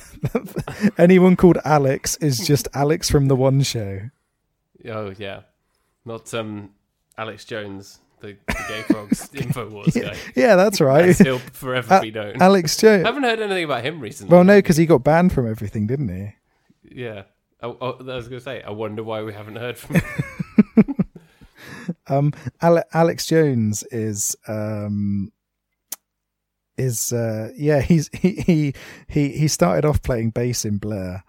Speaker 3: anyone called Alex is just Alex from the One Show.
Speaker 2: Oh yeah, not um Alex Jones, the, the Gay Frogs Infowars guy.
Speaker 3: Yeah, that's right.
Speaker 2: He'll forever
Speaker 3: A-
Speaker 2: be known.
Speaker 3: Alex Jones.
Speaker 2: haven't heard anything about him recently.
Speaker 3: Well, no, because he got banned from everything, didn't he?
Speaker 2: Yeah. Oh, oh, I was going to say, I wonder why we haven't heard from him.
Speaker 3: Um, Ale- Alex Jones is um, is uh, yeah, he's he, he he he started off playing bass in Blur,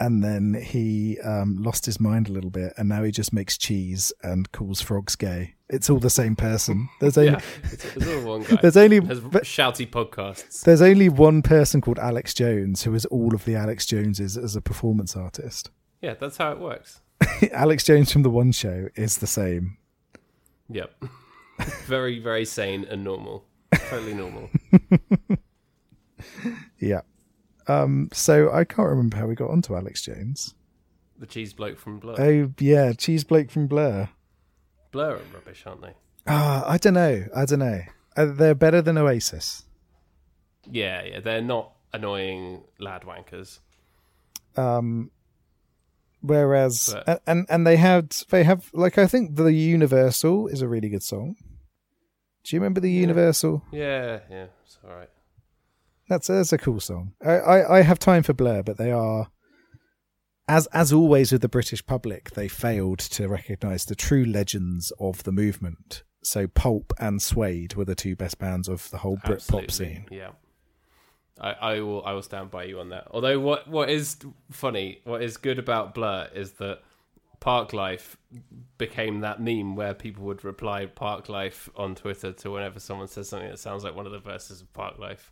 Speaker 3: and then he um, lost his mind a little bit, and now he just makes cheese and calls frogs gay. It's all the same person. There's only
Speaker 2: yeah. It's, it's all one guy.
Speaker 3: there's only
Speaker 2: Has
Speaker 3: but-
Speaker 2: shouty podcasts.
Speaker 3: there's only one person called Alex Jones who is all of the Alex Joneses as a performance artist.
Speaker 2: Yeah, that's how it works.
Speaker 3: Alex Jones from the One Show is the same.
Speaker 2: Yep. very, very sane and normal. Totally normal.
Speaker 3: Yeah. Um, so I can't remember how we got onto Alex Jones.
Speaker 2: The cheese bloke from Blur.
Speaker 3: Oh yeah, Cheese Blake from Blur.
Speaker 2: Blur are rubbish, aren't they?
Speaker 3: Ah, I don't know. I don't know. Uh, they're better than Oasis.
Speaker 2: Yeah, yeah. They're not annoying lad wankers.
Speaker 3: Um, whereas
Speaker 2: But-
Speaker 3: and, and and they had they have like I think the Universal is a really good song. Do you remember the Universal?
Speaker 2: Yeah, yeah. It's all right.
Speaker 3: That's that's a cool song. I, I I have time for Blur, but they are, as as always with the British public, they failed to recognise the true legends of the movement. So Pulp and Suede were the two best bands of the whole Britpop scene.
Speaker 2: Yeah. I, I will I will stand by you on that. Although what what is funny, what is good about Blur is that Park Life became that meme where people would reply Park Life on Twitter to whenever someone says something that sounds like one of the verses of Park Life.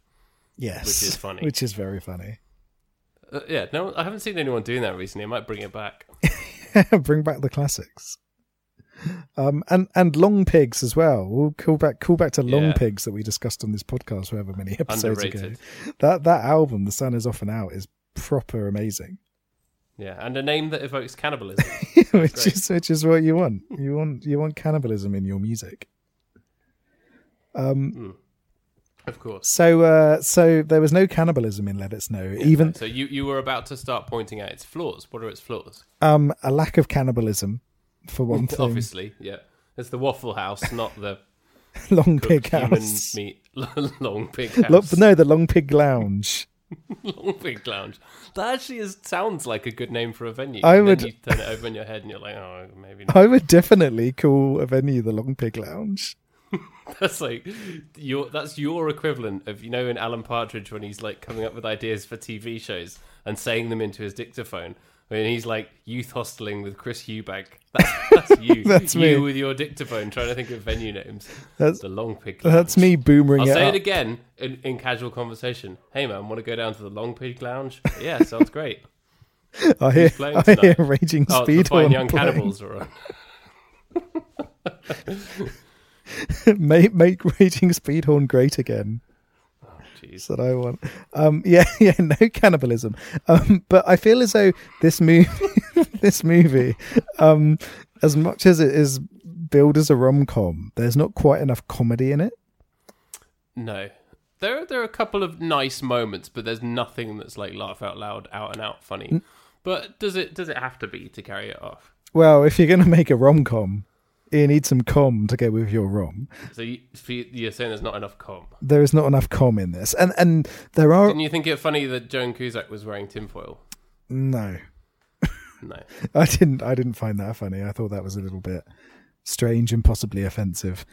Speaker 3: Yes,
Speaker 2: Which is funny.
Speaker 3: Which is very funny.
Speaker 2: Uh, yeah, no, I haven't seen anyone doing that recently. I might bring it back.
Speaker 3: Bring back the classics. Um, and and long pigs as well. We'll call back call back to long
Speaker 2: Yeah.
Speaker 3: pigs that we discussed on this podcast, however many episodes
Speaker 2: Underrated.
Speaker 3: ago. That that album, The Sun Is Off and Out, is proper amazing.
Speaker 2: Yeah, and a name that evokes cannibalism.
Speaker 3: which
Speaker 2: great.
Speaker 3: is which is what you want. You want you want cannibalism in your music. Um.
Speaker 2: of course.
Speaker 3: So uh. So there was no cannibalism in Let It Snow. even
Speaker 2: So you, you were about to start pointing out its flaws. What are its flaws?
Speaker 3: um a lack of cannibalism, for one thing.
Speaker 2: Obviously, yeah. It's the Waffle House, not the
Speaker 3: long pig
Speaker 2: cooked human
Speaker 3: house.
Speaker 2: meat, long pig house,
Speaker 3: Lo- no, the long pig lounge.
Speaker 2: long pig lounge. That actually is, sounds like a good name for a venue. And
Speaker 3: I
Speaker 2: then
Speaker 3: would-
Speaker 2: you turn it over in your head and you're like, oh, maybe not.
Speaker 3: I would definitely call a venue the long pig lounge.
Speaker 2: That's like your that's your equivalent of you know in Alan Partridge when he's like coming up with ideas for TV shows and saying them into his dictaphone. When he's like youth hosteling with Chris Eubank. That's, that's you.
Speaker 3: That's
Speaker 2: you
Speaker 3: me.
Speaker 2: with your dictaphone trying to think of venue names.
Speaker 3: That's-
Speaker 2: the long pig. Lounge.
Speaker 3: That's me boomering
Speaker 2: I'll
Speaker 3: it
Speaker 2: say
Speaker 3: up.
Speaker 2: it again in, in casual conversation. Hey man, want to go down to the Long Pig Lounge? Yeah, sounds great.
Speaker 3: I hear,
Speaker 2: playing
Speaker 3: I hear
Speaker 2: tonight?
Speaker 3: raging
Speaker 2: Oh, the
Speaker 3: speed
Speaker 2: fine
Speaker 3: horn
Speaker 2: young
Speaker 3: playing.
Speaker 2: cannibals are on.
Speaker 3: make make raging speedhorn great again.
Speaker 2: Jeez.
Speaker 3: that I want. Um, yeah, yeah, no cannibalism. Um, but I feel as though this movie, this movie, um, as much as it is billed as a rom com, there's not quite enough comedy in it.
Speaker 2: No, there there are a couple of nice moments, but there's nothing that's like laugh out loud, out and out funny. But does it does it have to be to carry it off?
Speaker 3: Well, if you're going to make a rom com, you need some com to go with your rom.
Speaker 2: So you, for you- you're saying there's not enough com.
Speaker 3: There is not enough com in this, and and there are
Speaker 2: Didn't you think it funny that Joan Cusack was wearing tinfoil?
Speaker 3: no.
Speaker 2: No.
Speaker 3: I didn't. I didn't find that funny. I thought that was a little bit strange and possibly offensive.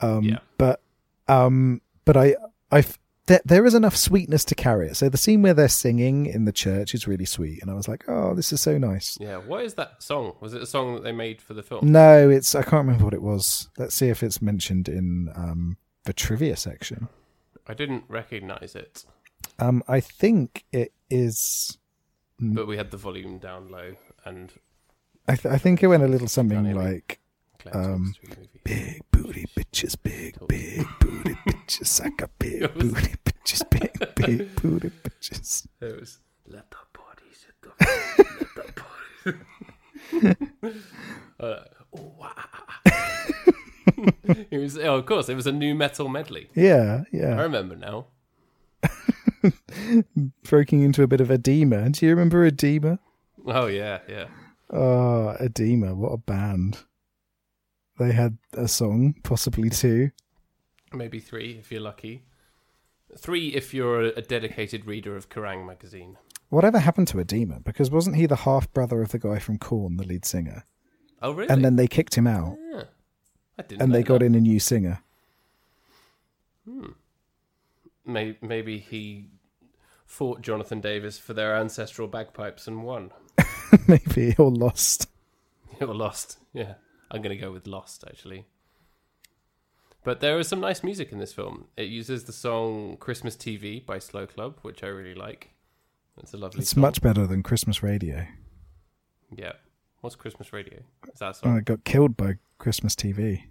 Speaker 3: Um,
Speaker 2: Yeah.
Speaker 3: But um, but I I f- there, there is enough sweetness to carry it. So the scene where they're singing in the church is really sweet, and I was like, oh, this is so nice.
Speaker 2: Yeah. What is that song? Was it a song that they made for the film?
Speaker 3: No, it's I can't remember what it was. Let's see if it's mentioned in um, the trivia section.
Speaker 2: I didn't recognize it,
Speaker 3: Um, I think it is.
Speaker 2: but we had the volume down low and
Speaker 3: I, th- I think it went a little something
Speaker 2: Johnny Lee.
Speaker 3: like
Speaker 2: Claire talks
Speaker 3: Um,
Speaker 2: through movie.
Speaker 3: big booty bitches, big big booty bitches, suck a big
Speaker 2: was-
Speaker 3: booty bitches, big big booty bitches.
Speaker 2: It was let the bodies hit the let the bodies. uh, oh, wow. it was oh, of course it was a new metal medley.
Speaker 3: Yeah,
Speaker 2: I
Speaker 3: yeah.
Speaker 2: remember now.
Speaker 3: Breaking into a bit of edema. Do you remember edema?
Speaker 2: Oh yeah, yeah.
Speaker 3: Oh, edema! What a band. They had a song, possibly two.
Speaker 2: Maybe three if you're lucky. Three if you're a, a dedicated reader of Kerrang magazine.
Speaker 3: Whatever happened to edema? Because wasn't he the half brother of the guy from Korn, the lead singer?
Speaker 2: Oh really?
Speaker 3: And then they kicked him out,
Speaker 2: Yeah. I didn't.
Speaker 3: and
Speaker 2: know
Speaker 3: they got
Speaker 2: that.
Speaker 3: in a new singer.
Speaker 2: Maybe, maybe he fought Jonathan Davis for their ancestral bagpipes and won.
Speaker 3: Maybe or lost.
Speaker 2: or Lost. Yeah, I'm going to go with Lost actually. But there is some nice music in this film. It uses the song "Christmas TV" by Slow Club, which I really like. It's a lovely.
Speaker 3: It's
Speaker 2: song.
Speaker 3: much better than Christmas radio.
Speaker 2: Yeah. What's Christmas radio? Is that a
Speaker 3: Oh,
Speaker 2: song?
Speaker 3: it got killed by Christmas TV.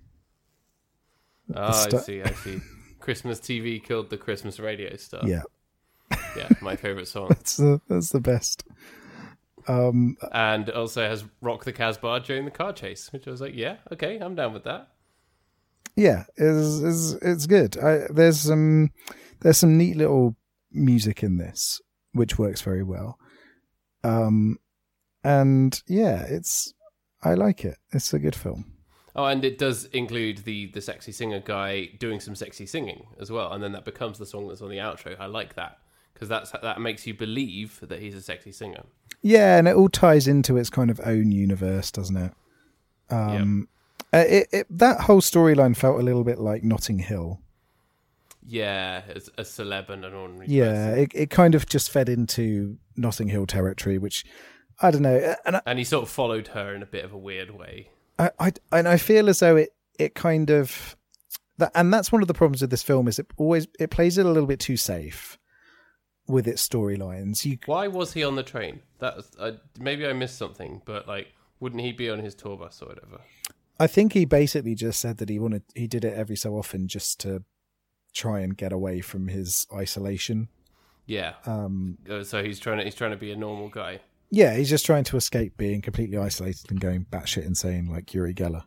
Speaker 2: Ah, I
Speaker 3: stu-
Speaker 2: see. I see. Christmas TV killed the Christmas radio stuff.
Speaker 3: Yeah,
Speaker 2: Yeah, my favorite song.
Speaker 3: that's the that's the best. Um,
Speaker 2: and also has "Rock the Casbah" during the car chase, which I was like, yeah, okay, I'm down with that.
Speaker 3: yeah, is is it's good. I, there's some there's some neat little music in this which works very well. Um, and yeah, it's I like it. It's a good film.
Speaker 2: Oh, and it does include the the sexy singer guy doing some sexy singing as well, and then that becomes the song that's on the outro. I like that because that's that makes you believe that he's a sexy singer.
Speaker 3: Yeah, and it all ties into its kind of own universe, doesn't it? Um, uh, it, it that whole storyline felt a little bit like Notting Hill.
Speaker 2: Yeah, as a celeb and an ordinary.
Speaker 3: Yeah,
Speaker 2: person.
Speaker 3: it, it kind of just fed into Notting Hill territory, which I don't know, and I,
Speaker 2: and he sort of followed her in a bit of a weird way.
Speaker 3: I, I and I feel as though it it kind of that, and that's one of the problems with this film is it always it plays it a little bit too safe with its storylines. You
Speaker 2: Why was he on the train? That's I maybe I missed something, but like, wouldn't he be on his tour bus or whatever?
Speaker 3: I think he basically just said that he wanted he did it every so often just to try and get away from his isolation.
Speaker 2: Yeah.
Speaker 3: Um,
Speaker 2: Uh, so he's trying to he's trying to be a normal guy.
Speaker 3: yeah, he's just trying to escape being completely isolated and going batshit insane like Yuri Geller.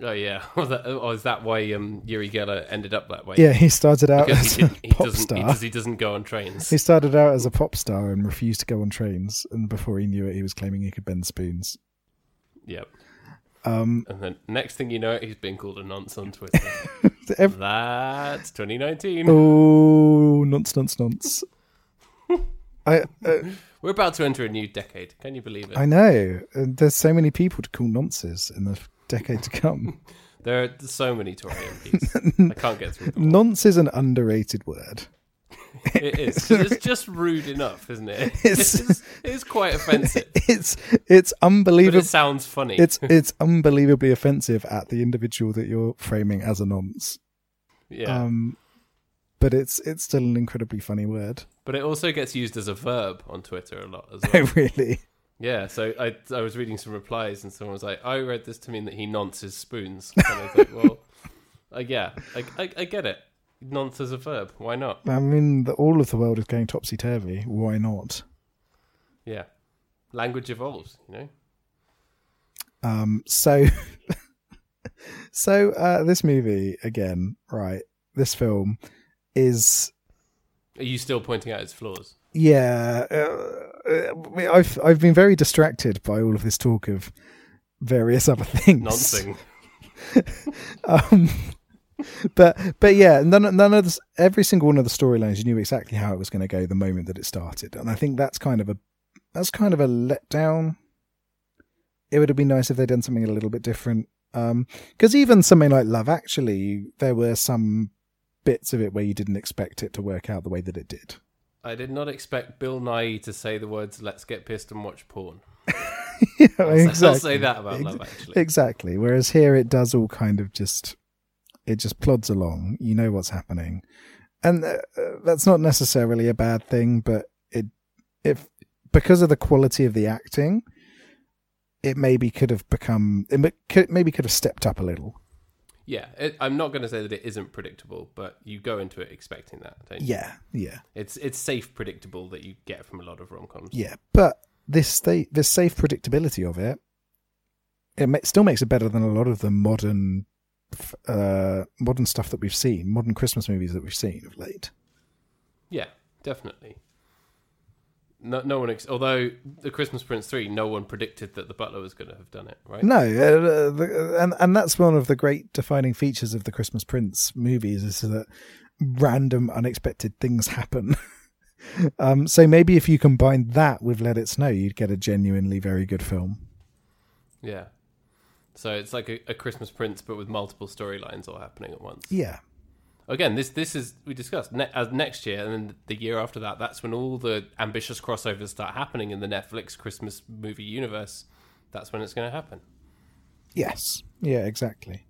Speaker 2: Oh yeah. Or that- or is that why um, Yuri Geller ended up that way?
Speaker 3: Yeah, he started out
Speaker 2: Because
Speaker 3: as
Speaker 2: he, didn't,
Speaker 3: Oh, a
Speaker 2: he
Speaker 3: pop
Speaker 2: doesn't
Speaker 3: star.
Speaker 2: he, does, he doesn't go on trains.
Speaker 3: He started out as a pop star and refused to go on trains, and before he knew it, he was claiming he could bend spoons.
Speaker 2: Yep.
Speaker 3: Um,
Speaker 2: And then next thing you know, he's been called a nonce on Twitter.
Speaker 3: ev-
Speaker 2: That's 2019.
Speaker 3: oh, nonce, nonce, nonce. I uh,
Speaker 2: We're about to enter a new decade. Can you believe it?
Speaker 3: I know. Uh, There's so many people to call nonces in the decade to come.
Speaker 2: There are so many Tory MPs. I can't get through them.
Speaker 3: nonce is an underrated word.
Speaker 2: It is. It's just rude enough, isn't it? It's, it's quite offensive,
Speaker 3: It's it's
Speaker 2: but it
Speaker 3: unbelievable.
Speaker 2: sounds funny.
Speaker 3: It's it's unbelievably offensive at the individual that you're framing as a nonce.
Speaker 2: yeah.
Speaker 3: Um, but it's it's still an incredibly funny word.
Speaker 2: but it also gets used as a verb on Twitter a lot as well.
Speaker 3: Oh, really?
Speaker 2: yeah. So I, I was reading some replies, and someone was like, "I read this to mean that he nonces spoons." And I was like, "Well, uh, yeah, I, I, I get it. Nonce is a verb. Why not?"
Speaker 3: I mean, the, all of the world is going topsy turvy. Why not?
Speaker 2: Yeah. Language evolves, you know?
Speaker 3: Um, so, so uh, this movie again, right? This film is
Speaker 2: Are you still pointing out its flaws?
Speaker 3: yeah. Uh, uh, I've I've been very distracted by all of this talk of various other things.
Speaker 2: Noncing.
Speaker 3: Um, but but yeah, none none of this, every single one of the storylines you knew exactly how it was going to go the moment that it started, and I think that's kind of a that's kind of a letdown it would have been nice if they'd done something a little bit different. Because even something like Love Actually, there were some bits of it where you didn't expect it to work out the way that it did.
Speaker 2: I did not expect Bill Nye to say the words "Let's get pissed and watch porn."
Speaker 3: yeah,
Speaker 2: I'll, say- I'll say that about
Speaker 3: Ex-
Speaker 2: Love Actually.
Speaker 3: Exactly. Whereas here it does all kind of just it just plods along. You know what's happening, and uh, uh, that's not necessarily a bad thing. But it if because of the quality of the acting, it maybe could have become it ma- could, maybe could have stepped up a little.
Speaker 2: yeah, it, I'm not going to say that it isn't predictable, but you go into it expecting that. Don't you?
Speaker 3: Yeah, yeah,
Speaker 2: it's it's safe predictable that you get from a lot of rom coms.
Speaker 3: yeah. But this sta- this safe predictability of it, it ma- still makes it better than a lot of the modern. f- Uh, modern stuff that we've seen, modern Christmas movies that we've seen of late.
Speaker 2: Yeah, definitely. No, no one. Ex- although the Christmas Prince three, no one predicted that the Butler was going to have done it, right?
Speaker 3: No, uh, the, and and that's one of the great defining features of the Christmas Prince movies is that random, unexpected things happen. um, so maybe if you combine that with Let It Snow, you'd get a genuinely very good film.
Speaker 2: Yeah. So it's like a, a Christmas Prince, but with multiple storylines all happening at once.
Speaker 3: Yeah,
Speaker 2: Again, this this is we discussed ne- as next year, and then the year after that. That's when all the ambitious crossovers start happening in the Netflix Christmas movie universe. That's when it's going to happen.
Speaker 3: yes, yeah, exactly.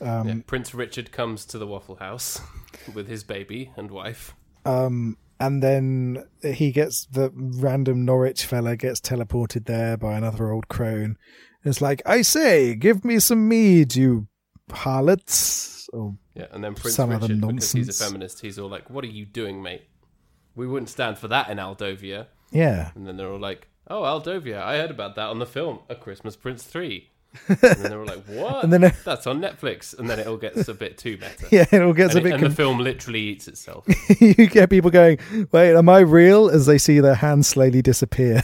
Speaker 2: Yeah, Prince Richard comes to the Waffle House with his baby and wife.
Speaker 3: Um, and then he gets the random Norwich fella gets teleported there by another old crone. It's like, I say, give me some mead, you harlots. Or
Speaker 2: Yeah, and then Prince
Speaker 3: Some other
Speaker 2: Richard, because he's a
Speaker 3: nonsense.
Speaker 2: feminist, he's all like, "What are you doing, mate? We wouldn't stand for that in Aldovia."
Speaker 3: yeah,
Speaker 2: And then they're all like, "Oh, Aldovia! I heard about that on the film A Christmas Prince 3. And then they were like, "What?
Speaker 3: And then-
Speaker 2: that's on Netflix." And then it all gets a bit too meta,
Speaker 3: yeah, it all gets
Speaker 2: and,
Speaker 3: a
Speaker 2: it-
Speaker 3: bit
Speaker 2: and the film literally eats itself.
Speaker 3: you get people going, wait, am I real? As they see their hands slowly disappear.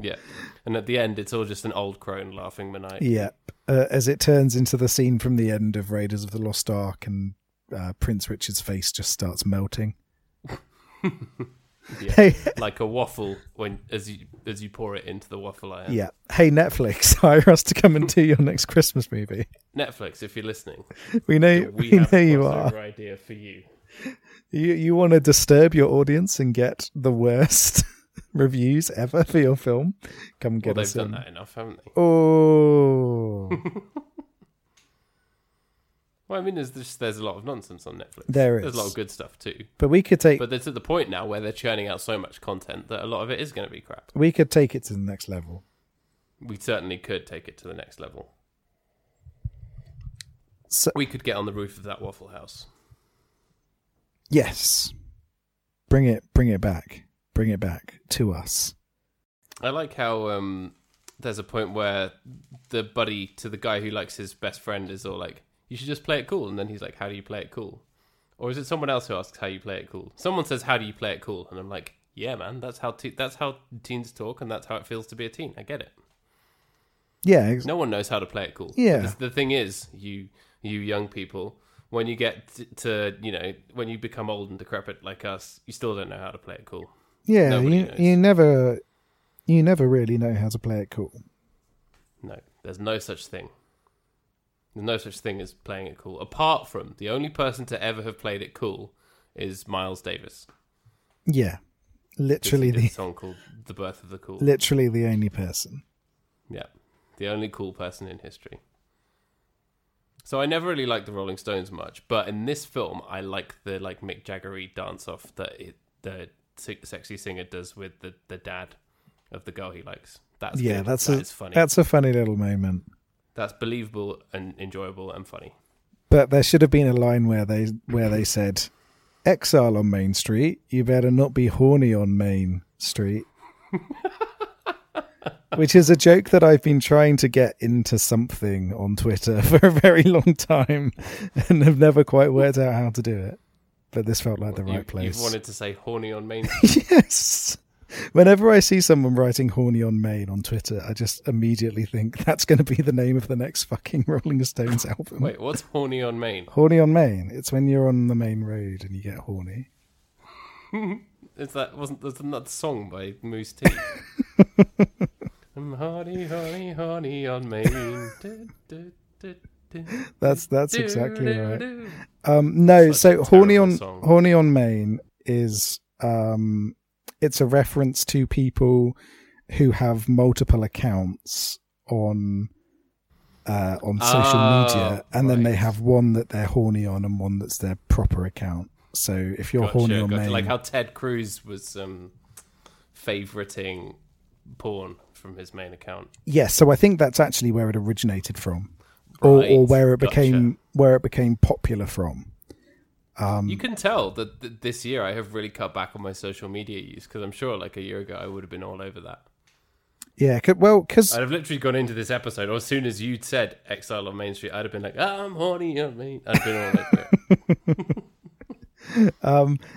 Speaker 2: yeah, and at the end, it's all just an old crone laughing maniacally.
Speaker 3: yep. Uh, as it turns into the scene from the end of Raiders of the Lost Ark and uh, Prince Richard's face just starts melting.
Speaker 2: Yeah.
Speaker 3: Hey,
Speaker 2: like a waffle when as you as you pour it into the waffle iron.
Speaker 3: yeah. Hey, Netflix, hire us to come and do your next Christmas movie.
Speaker 2: Netflix, if you're listening,
Speaker 3: We know,
Speaker 2: we
Speaker 3: we
Speaker 2: have
Speaker 3: know
Speaker 2: a
Speaker 3: you are.
Speaker 2: crossover idea for you.
Speaker 3: You, you want to disturb your audience and get the worst reviews ever for your film? Come
Speaker 2: Well,
Speaker 3: get
Speaker 2: they've
Speaker 3: us
Speaker 2: done
Speaker 3: in.
Speaker 2: that enough, haven't they?
Speaker 3: Oh,
Speaker 2: Well, I mean, there's just, there's a lot of nonsense on Netflix.
Speaker 3: There
Speaker 2: There's
Speaker 3: is.
Speaker 2: a lot of good stuff too.
Speaker 3: but we could take
Speaker 2: But it's at the point now where they're churning out so much content that a lot of it is going to be crap.
Speaker 3: we could take it to the next level.
Speaker 2: We certainly could take it to the next level.
Speaker 3: So-
Speaker 2: we could get on the roof of that Waffle House.
Speaker 3: Yes. Bring it bring it back. Bring it back to us.
Speaker 2: I like how um, there's a point where the buddy to the guy who likes his best friend is all like, "You should just play it cool," and then he's like, "How do you play it cool?" Or is it someone else who asks how you play it cool? Someone says, "How do you play it cool?" And I'm like, "Yeah, man, that's how te- that's how teens talk, and that's how it feels to be a teen. I get it."
Speaker 3: Yeah, ex-
Speaker 2: No one knows how to play it cool.
Speaker 3: Yeah.
Speaker 2: Because The thing is, you you young people, when you get t- to you know when you become old and decrepit like us, you still don't know how to play it cool.
Speaker 3: yeah,
Speaker 2: Nobody
Speaker 3: you,
Speaker 2: knows.
Speaker 3: you never you never really know how to play it cool.
Speaker 2: No, there's no such thing. There's no such thing as playing it cool. Apart from the only person to ever have played it cool is Miles Davis.
Speaker 3: Yeah.
Speaker 2: 'Cause he
Speaker 3: Literally
Speaker 2: did a
Speaker 3: the
Speaker 2: song called "The Birth of the Cool."
Speaker 3: literally the only person.
Speaker 2: Yeah, the only cool person in history. So I never really liked the Rolling Stones much, but in this film, I like the like Mick Jaggery dance off that it, the se- sexy singer does with the, the dad of the girl he likes. That's
Speaker 3: yeah,
Speaker 2: good.
Speaker 3: that's
Speaker 2: That
Speaker 3: a
Speaker 2: is funny. That's
Speaker 3: that's a funny little moment.
Speaker 2: that's believable and enjoyable and funny.
Speaker 3: But there should have been a line where they where they said Exile on Main Street, you better not be horny on Main Street. Which is a joke that I've been trying to get into something on Twitter for a very long time and have never quite worked out how to do it. But this felt like the
Speaker 2: You-
Speaker 3: right place.
Speaker 2: You've wanted to say horny on Main
Speaker 3: yes. Whenever I see someone writing horny on Main on Twitter, I just immediately think that's going to be the name of the next fucking Rolling Stones album.
Speaker 2: Wait, what's horny on Main?
Speaker 3: Horny on Main. It's when you're on the main road and you get horny.
Speaker 2: Is that wasn't that's not the song by Moose T? I'm Come, Um, honey, honey, honey, on me. Du- du- du- du-
Speaker 3: That's that's
Speaker 2: du-
Speaker 3: exactly
Speaker 2: du-
Speaker 3: right.
Speaker 2: du.
Speaker 3: Um, no,
Speaker 2: Such a
Speaker 3: so horny
Speaker 2: terrible
Speaker 3: on
Speaker 2: song.
Speaker 3: horny on Maine is um, it's a reference to people who have multiple accounts on uh, on social
Speaker 2: Oh,
Speaker 3: media, and then they
Speaker 2: right.
Speaker 3: have one that they're horny on and one that's their proper account. So if you're
Speaker 2: Gotcha,
Speaker 3: horny on
Speaker 2: gotcha.
Speaker 3: Maine,
Speaker 2: Like how Ted Cruz was um, favoriting porn from his main account.
Speaker 3: yes, so I think that's actually where it originated from, or or
Speaker 2: Right,
Speaker 3: where it
Speaker 2: gotcha.
Speaker 3: became where it became popular from. Um,
Speaker 2: you can tell that th- this year I have really cut back on my social media use because I'm sure like a year ago I would have been all over that.
Speaker 3: Yeah, 'cause- well, because
Speaker 2: I'd have literally gone into this episode, or as soon as you'd said Exile on Main Street, I'd have been like, "Ah, I'm horny on Main. I'd have been all over it.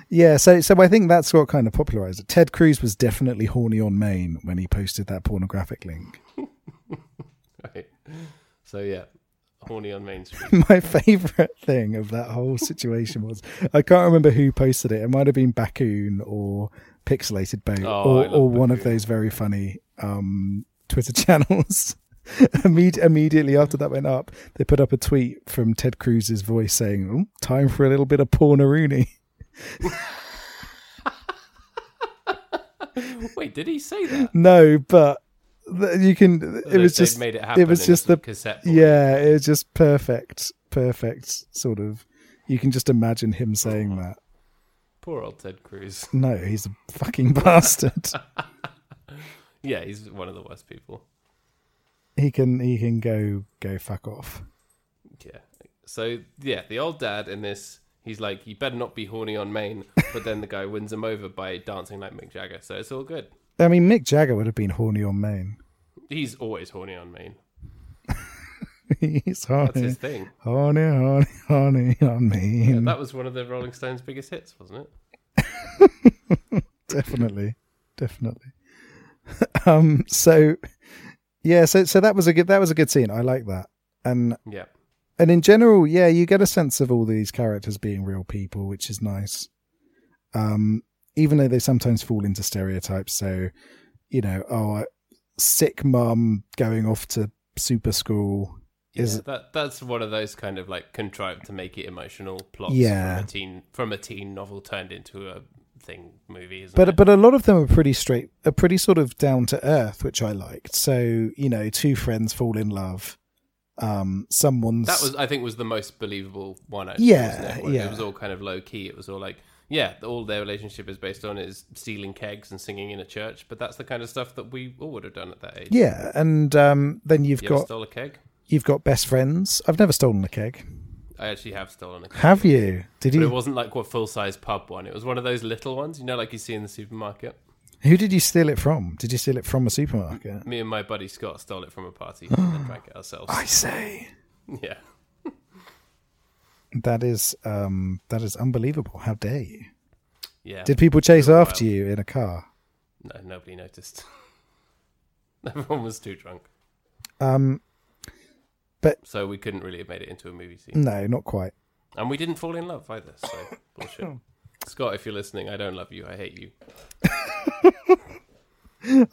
Speaker 3: Yeah, so so I think that's what kind of popularized it. Ted Cruz was definitely horny on Maine when he posted that pornographic link.
Speaker 2: Right. So yeah, horny on Main Street.
Speaker 3: My favorite thing of that whole situation was I can't remember who posted it. It might have been Bakun or Pixelated Boat
Speaker 2: Oh, I
Speaker 3: or,
Speaker 2: love
Speaker 3: or one of
Speaker 2: Bakun.
Speaker 3: those very funny um, Twitter channels. Immedi- immediately after that went up, they put up a tweet from Ted Cruz's voice saying, "Oh, "Time for a little bit of pornaroony."
Speaker 2: Wait, did he say that?
Speaker 3: No, but th- you can. It
Speaker 2: They-
Speaker 3: was
Speaker 2: they'd
Speaker 3: just
Speaker 2: made it happen.
Speaker 3: was
Speaker 2: in
Speaker 3: just
Speaker 2: his
Speaker 3: the-
Speaker 2: cassette. board.
Speaker 3: Yeah, it was just perfect, perfect sort of. You can just imagine him saying
Speaker 2: Uh-huh.
Speaker 3: that.
Speaker 2: Poor old Ted Cruz.
Speaker 3: No, he's a fucking bastard.
Speaker 2: Yeah, he's one of the worst people.
Speaker 3: He can he can go go fuck off.
Speaker 2: Yeah. So yeah, the old dad in this, he's like, you better not be horny on Main. But then the guy wins him over by dancing like Mick Jagger. So it's all good.
Speaker 3: I mean, Mick Jagger would have been horny on Maine.
Speaker 2: He's always horny on Main.
Speaker 3: he's
Speaker 2: That's
Speaker 3: horny,
Speaker 2: his thing.
Speaker 3: horny, horny, horny on Maine.
Speaker 2: Yeah, that was one of the Rolling Stones' biggest hits, wasn't it?
Speaker 3: definitely, definitely. um. So, yeah. So so that was a good that was a good scene. I like that. And
Speaker 2: Yeah.
Speaker 3: and in general, yeah, you get a sense of all these characters being real people, which is nice. Um, even though they sometimes fall into stereotypes, so you know, oh, a sick mum going off to super school is
Speaker 2: Yeah, that that's one of those kind of like contrived to make it emotional plots
Speaker 3: Yeah.
Speaker 2: from a teen from a teen novel turned into a thing movie, isn't
Speaker 3: but
Speaker 2: it?
Speaker 3: but a lot of them are pretty straight, are pretty sort of down to earth, which I liked. So you know, two friends fall in love. Um, someone's
Speaker 2: That was, I think, was the most believable one. Actually,
Speaker 3: Yeah,
Speaker 2: wasn't it? Where
Speaker 3: yeah.
Speaker 2: It was all kind of low key. It was all like, yeah, all their relationship is based on is stealing kegs and singing in a church. But that's the kind of stuff that we all would have done at that age.
Speaker 3: yeah, and um, then you've
Speaker 2: you ever
Speaker 3: got
Speaker 2: stole a keg?
Speaker 3: you've got best friends. I've never stolen a keg.
Speaker 2: I actually have stolen a keg.
Speaker 3: Have you? Did
Speaker 2: But it
Speaker 3: you?
Speaker 2: wasn't like what full size pub one. It was one of those little ones, you know, like you see in the supermarket.
Speaker 3: Who did you steal it from? Did you steal it from a supermarket?
Speaker 2: Me and my buddy Scott stole it from a party and drank it ourselves.
Speaker 3: I say
Speaker 2: Yeah.
Speaker 3: that is um that is unbelievable. How dare you?
Speaker 2: Yeah.
Speaker 3: Did people chase after you in a car?
Speaker 2: No, nobody noticed. Everyone was too drunk.
Speaker 3: Um,
Speaker 2: So we couldn't really have made it into a movie scene.
Speaker 3: no, not quite.
Speaker 2: And we didn't fall in love either, so bullshit.
Speaker 3: Hmm.
Speaker 2: Scott, if you're listening, I don't love you. I hate you.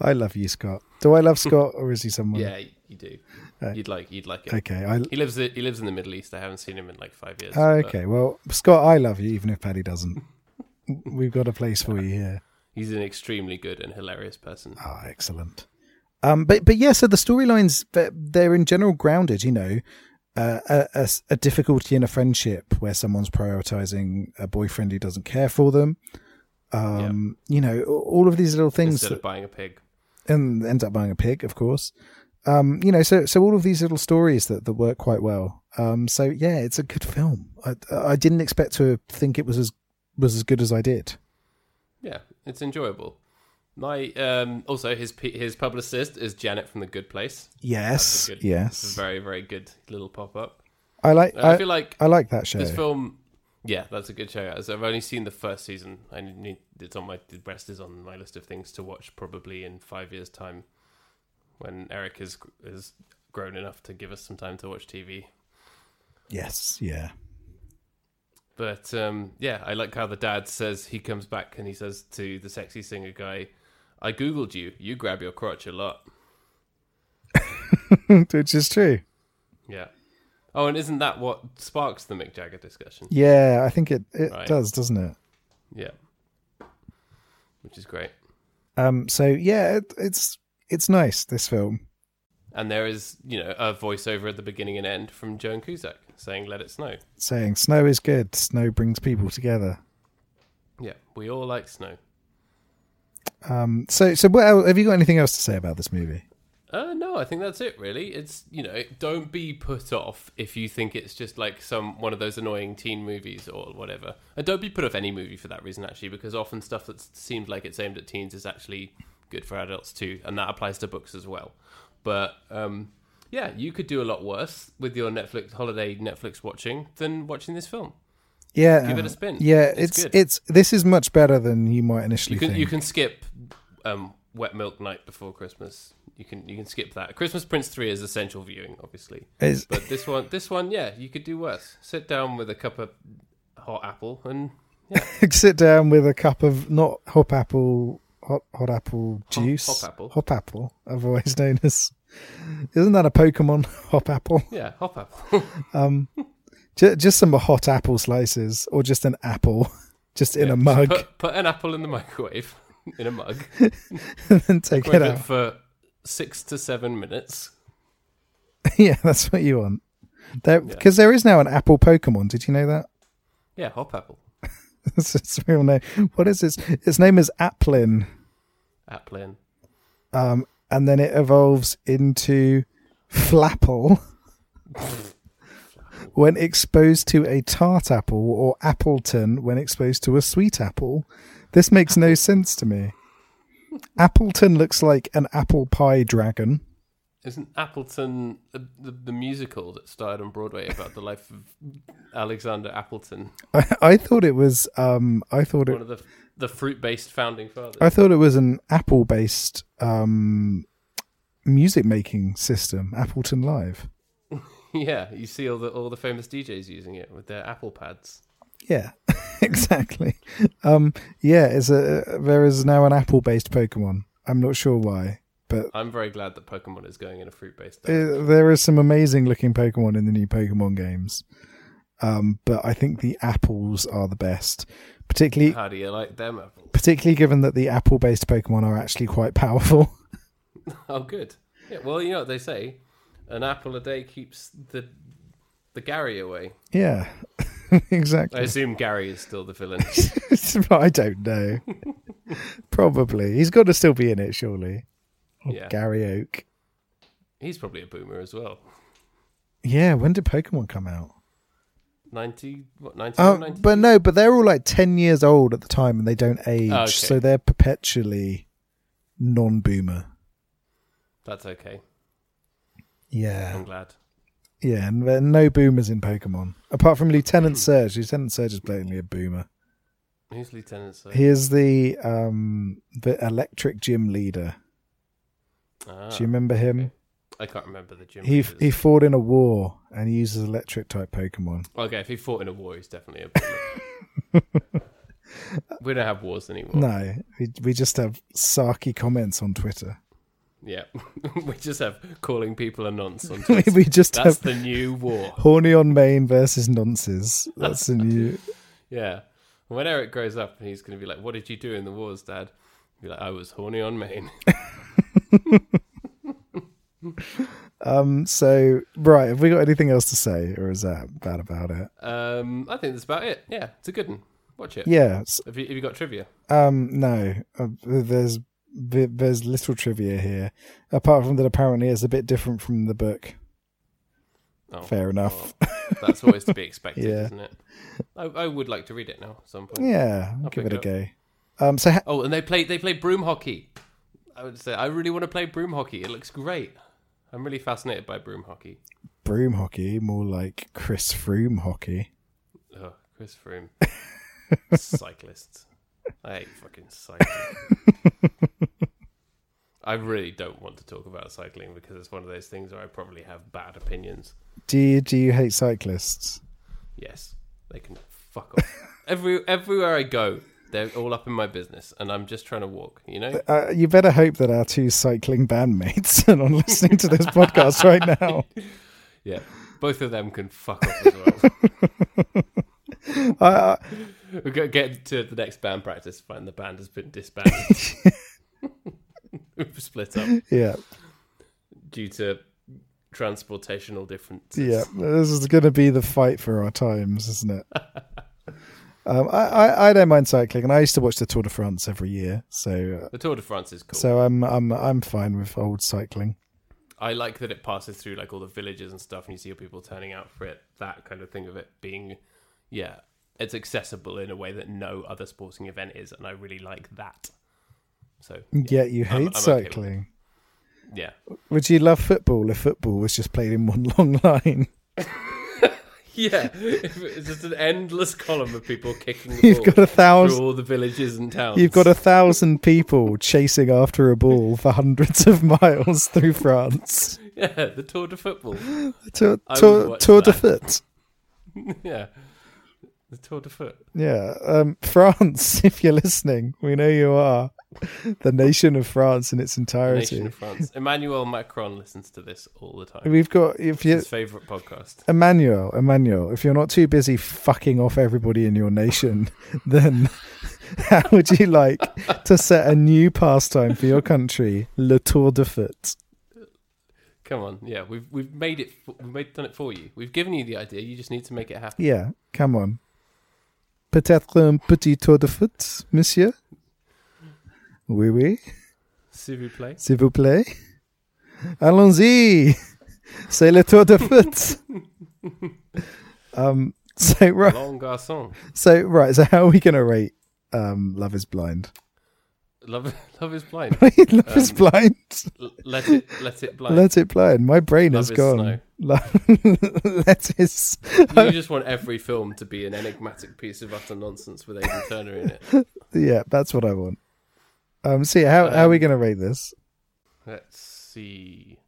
Speaker 3: I love you, Scott. Do I love Scott or is he someone?
Speaker 2: Yeah, you do. You'd like you'd like it.
Speaker 3: Uh, Okay. I.
Speaker 2: He lives he lives in the Middle East. I haven't seen him in like five years.
Speaker 3: oh,
Speaker 2: but
Speaker 3: Okay. Well, Scott, I love you, even if Paddy doesn't. We've got a place for you here.
Speaker 2: He's an extremely good and hilarious person.
Speaker 3: Ah, excellent. Um, but but yeah, so the storylines they're, they're in general grounded. You know, uh, a, a s- a difficulty in a friendship where someone's prioritizing a boyfriend who doesn't care for them. Um, You know, a- all of these little things
Speaker 2: Instead of buying a pig.
Speaker 3: that- and ends up buying a pig, of course. Um, you know, so so all of these little stories that, that work quite well. Um, so yeah, it's a good film. I I didn't expect to think it was as was as good as I did.
Speaker 2: Yeah, it's enjoyable. My um also his p- his publicist is Janet from the Good Place.
Speaker 3: Yes,
Speaker 2: Good. It's a
Speaker 3: yes.
Speaker 2: very very good little pop up.
Speaker 3: I like
Speaker 2: I,
Speaker 3: I,
Speaker 2: feel like
Speaker 3: I like that show.
Speaker 2: this film. Yeah, that's a good show. As I've only seen the first season. I need it's on my the rest is on my list of things to watch probably in five years' time, when Eric is is grown enough to give us some time to watch TV.
Speaker 3: Yes, yeah.
Speaker 2: But um, yeah, I like how the dad says he comes back and he says to the sexy singer guy, "I googled you. You grab your crotch a lot."
Speaker 3: which is true.
Speaker 2: Yeah. Oh, and isn't that what sparks the Mick Jagger discussion?
Speaker 3: Yeah, I think it, it
Speaker 2: Right.
Speaker 3: does, doesn't it?
Speaker 2: Yeah. Which is great.
Speaker 3: Um, so yeah, it, it's it's nice this film.
Speaker 2: And there is, you know, a voiceover at the beginning and end from Joan Cusack saying, let it snow.
Speaker 3: Saying snow is good, snow brings people together.
Speaker 2: Yeah, we all like snow.
Speaker 3: Um, so so what else, have you got anything else to say about this movie?
Speaker 2: Uh, no, I think that's it. Really, it's you know, don't be put off if you think it's just like some one of those annoying teen movies or whatever. And don't be put off any movie for that reason, actually, because often stuff that seems like it's aimed at teens is actually good for adults too, and that applies to books as well. But um, yeah, you could do a lot worse with your Netflix holiday Netflix watching than watching this film.
Speaker 3: Yeah, uh,
Speaker 2: Give it a spin.
Speaker 3: Yeah,
Speaker 2: It's
Speaker 3: it's it's,
Speaker 2: good.
Speaker 3: this is much better than you might initially
Speaker 2: You can
Speaker 3: think.
Speaker 2: you can skip um, Wet Milk Night Before Christmas. You can you can skip that. Christmas Prince Three is essential viewing, obviously.
Speaker 3: It's-
Speaker 2: But this one, this one, yeah, you could do worse. Sit down with a cup of hot apple and
Speaker 3: sit down with a cup of not hop apple hot hot apple juice
Speaker 2: hop apple.
Speaker 3: hop apple otherwise known as isn't that a pokemon hop apple
Speaker 2: yeah, hot apple.
Speaker 3: Ju- just some hot apple slices or just an apple just in a mug
Speaker 2: put, put an apple in the microwave in a mug.
Speaker 3: and then take
Speaker 2: Cook
Speaker 3: it
Speaker 2: it
Speaker 3: out
Speaker 2: for six to seven minutes.
Speaker 3: yeah that's what you want there because there is now an apple pokemon did you know that
Speaker 2: Yeah, hot apple,
Speaker 3: it's its real name what is its its name is applin
Speaker 2: apple in.
Speaker 3: um and then it evolves into flapple when exposed to a tart apple or appleton when exposed to a sweet apple this makes no sense to me appleton looks like an apple pie dragon
Speaker 2: Isn't Appleton the, the, the musical that started on Broadway about the life of Alexander Appleton,
Speaker 3: i, I thought it was um i thought
Speaker 2: one
Speaker 3: it
Speaker 2: of the the fruit based founding fathers?
Speaker 3: i thought it was an apple based um music making system appleton live
Speaker 2: Yeah, you see all the all the famous DJs using it with their Apple pads.
Speaker 3: Yeah, exactly. Um, yeah, it's a, there is now an apple based Pokemon. I'm not sure why, but
Speaker 2: I'm very glad that Pokemon is going in a fruit based.
Speaker 3: uh there is some amazing looking Pokemon in the new Pokemon games. Um, but I think the apples are the best, particularly
Speaker 2: How do you like them apples?
Speaker 3: particularly given that the apple based Pokemon are actually quite powerful.
Speaker 2: Oh, good. Yeah, well, you know what they say: an apple a day keeps the the Gary away.
Speaker 3: yeah, exactly.
Speaker 2: I assume Gary is still the villain.
Speaker 3: I don't know. Probably he's got to still be in it, surely.
Speaker 2: yeah,
Speaker 3: Gary Oak.
Speaker 2: he's probably a boomer as well.
Speaker 3: Yeah, when did Pokemon come out?
Speaker 2: Ninety, what
Speaker 3: Uh,
Speaker 2: 91, 90?
Speaker 3: but no, but they're all like 10 years old at the time and they don't age.
Speaker 2: Oh, okay.
Speaker 3: So they're perpetually non boomer.
Speaker 2: That's okay.
Speaker 3: Yeah.
Speaker 2: I'm glad.
Speaker 3: Yeah. And there are no boomers in Pokemon. Apart from
Speaker 2: Hmm.
Speaker 3: Lieutenant Surge. Lieutenant Surge is blatantly a boomer.
Speaker 2: Who's Lieutenant Sir?
Speaker 3: He is the, um, the electric gym leader.
Speaker 2: Ah,
Speaker 3: Do you remember him?
Speaker 2: I can't remember the gym.
Speaker 3: He,
Speaker 2: leaders.
Speaker 3: he fought in a war and he uses electric type Pokemon.
Speaker 2: okay, if he fought in a war, he's definitely a boomer. we don't have wars anymore.
Speaker 3: No, we, we just have sarky comments on Twitter.
Speaker 2: Yeah, we just have calling people a nonce on Twitter.
Speaker 3: we just
Speaker 2: That's
Speaker 3: have
Speaker 2: the new war.
Speaker 3: horny on main versus nonces. That's a new.
Speaker 2: Yeah. And When Eric grows up, he's going to be like, "What did you do in the wars, Dad?" He'll be like, "I was horny on Maine."
Speaker 3: Um, so right, have we got anything else to say, or is that bad about it?
Speaker 2: um, I think that's about it. Yeah, it's a good one. Watch it.
Speaker 3: Yeah. s-
Speaker 2: Have you, have you got trivia?
Speaker 3: Um, no. Uh, there's there- there's little trivia here, apart from that apparently it's a bit different from the book.
Speaker 2: Oh,
Speaker 3: Fair enough.
Speaker 2: well, that's always to be expected,
Speaker 3: Yeah.
Speaker 2: isn't it? I, I would like to read it now at some point.
Speaker 3: Yeah, I'll
Speaker 2: Oh. I'll
Speaker 3: give it
Speaker 2: pick
Speaker 3: a
Speaker 2: it
Speaker 3: go. Um, so ha-
Speaker 2: Oh, and they play they play broom hockey. I would say I really want to play broom hockey. It looks great. I'm really fascinated by broom hockey.
Speaker 3: broom hockey, more like Chris Froome hockey.
Speaker 2: Oh, Chris Froome. Cyclists. I hate fucking cycling. I really don't want to talk about cycling because it's one of those things where I probably have bad opinions.
Speaker 3: Do you do you hate cyclists?
Speaker 2: Yes, they can fuck off. Every everywhere I go, They're all up in my business, and I'm just trying to walk. You know,
Speaker 3: Uh, you better hope that our two cycling bandmates are not listening to this podcast right now.
Speaker 2: yeah. Both of them can fuck off as well.
Speaker 3: Uh,
Speaker 2: we got to get to the next band practice. Find the band has been disbanded. We've split up
Speaker 3: yeah,
Speaker 2: due to transportational differences.
Speaker 3: yeah. This is going to be the fight for our times, isn't it? Um, I, I, I don't mind cycling, and I used to watch the Tour de France every year, so uh,
Speaker 2: The Tour de France is cool.
Speaker 3: so I'm I'm I'm fine with old cycling.
Speaker 2: I like that it passes through like all the villages and stuff, and you see people turning out for it. That kind of thing of it being, yeah, it's accessible in a way that no other sporting event is, and I really like that. So
Speaker 3: Yet you hate
Speaker 2: I'm- I'm okay with it.
Speaker 3: cycling.
Speaker 2: yeah,
Speaker 3: Would you love football if football was just played in one long line?
Speaker 2: Oh, yeah, it's just an endless column of people kicking the
Speaker 3: You've
Speaker 2: ball
Speaker 3: got a
Speaker 2: through
Speaker 3: thousand.
Speaker 2: all the villages and towns.
Speaker 3: You've got a thousand people chasing after a ball for hundreds of miles through France.
Speaker 2: yeah, the Tour de Football.
Speaker 3: Tour,
Speaker 2: I would
Speaker 3: tour,
Speaker 2: watch
Speaker 3: tour de
Speaker 2: that.
Speaker 3: foot.
Speaker 2: yeah, the Tour de Foot.
Speaker 3: Yeah, um, France. If you're listening, we know you are. The nation of France in its
Speaker 2: Nation
Speaker 3: entirety.
Speaker 2: of France. Emmanuel Macron listens to this all the time.
Speaker 3: We've got if you
Speaker 2: His favorite podcast.
Speaker 3: Emmanuel, Emmanuel, if you're not too busy fucking off everybody in your nation, then how would you like to set a new pastime for your country, Le Tour de Foot?
Speaker 2: Come on, yeah, we've we've made it, we've made, done it for you. We've given you the idea. You just need to make it happen.
Speaker 3: Yeah, come on. Peut-être un petit tour de foot, monsieur? Oui, oui,
Speaker 2: S'il vous plaît.
Speaker 3: s'il vous plaît. Allons-y! C'est le tour de foot! um, so, right,
Speaker 2: Long garçon.
Speaker 3: so, right, so how are we going to rate um, Love is Blind?
Speaker 2: Love, love is blind.
Speaker 3: Love is
Speaker 2: Um,
Speaker 3: Blind?
Speaker 2: L- let it, let it blind.
Speaker 3: Let it blind. My brain
Speaker 2: Love
Speaker 3: is
Speaker 2: is
Speaker 3: gone.
Speaker 2: snow.
Speaker 3: Lo- Let is.
Speaker 2: you just want every film to be an enigmatic piece of utter nonsense with Aidan Turner in it.
Speaker 3: Yeah, that's what I want. Um, see, how, how are we going to rate this?
Speaker 2: Let's see.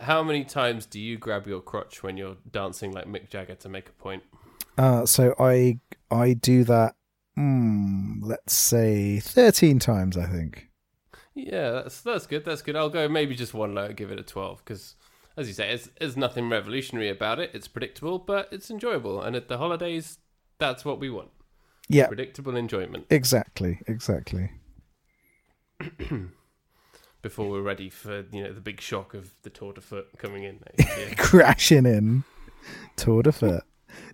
Speaker 2: How many times do you grab your crotch when you're dancing like Mick Jagger to make a point?
Speaker 3: Uh, so I I do that. Mm, let's say thirteen times. I think.
Speaker 2: Yeah, that's that's good. That's good. I'll go maybe just one low, give it a twelve because, as you say, it's, there's nothing revolutionary about it. It's predictable, but it's enjoyable. And at the holidays, that's what we want:
Speaker 3: Yeah,
Speaker 2: predictable enjoyment.
Speaker 3: exactly, exactly.
Speaker 2: Before we're ready for you know the big shock of the Tour de Foot coming in. Next year.
Speaker 3: Crashing in, tour de foot.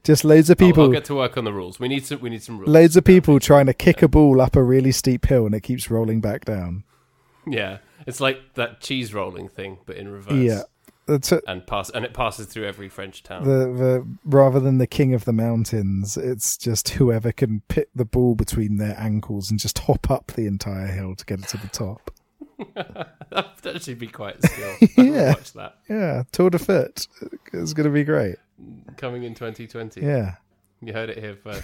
Speaker 3: Just loads of
Speaker 2: I'll-
Speaker 3: people,
Speaker 2: I'll, get to work on the rules. We need some. We need some rules.
Speaker 3: loads of people trying to kick a ball up a really steep hill, and it keeps rolling back down.
Speaker 2: Yeah, it's like that cheese rolling thing, but in reverse.
Speaker 3: Yeah, that's it.
Speaker 2: and pass and it passes through every French town.
Speaker 3: The, the rather than the king of the mountains, it's just whoever can pick the ball between their ankles and just hop up the entire hill to get it to the top.
Speaker 2: That'd actually be quite skill. I would
Speaker 3: Yeah.
Speaker 2: Watch that
Speaker 3: Yeah, Tour de Foot. It's going to be great.
Speaker 2: coming in 2020.
Speaker 3: Yeah.
Speaker 2: You heard it here first.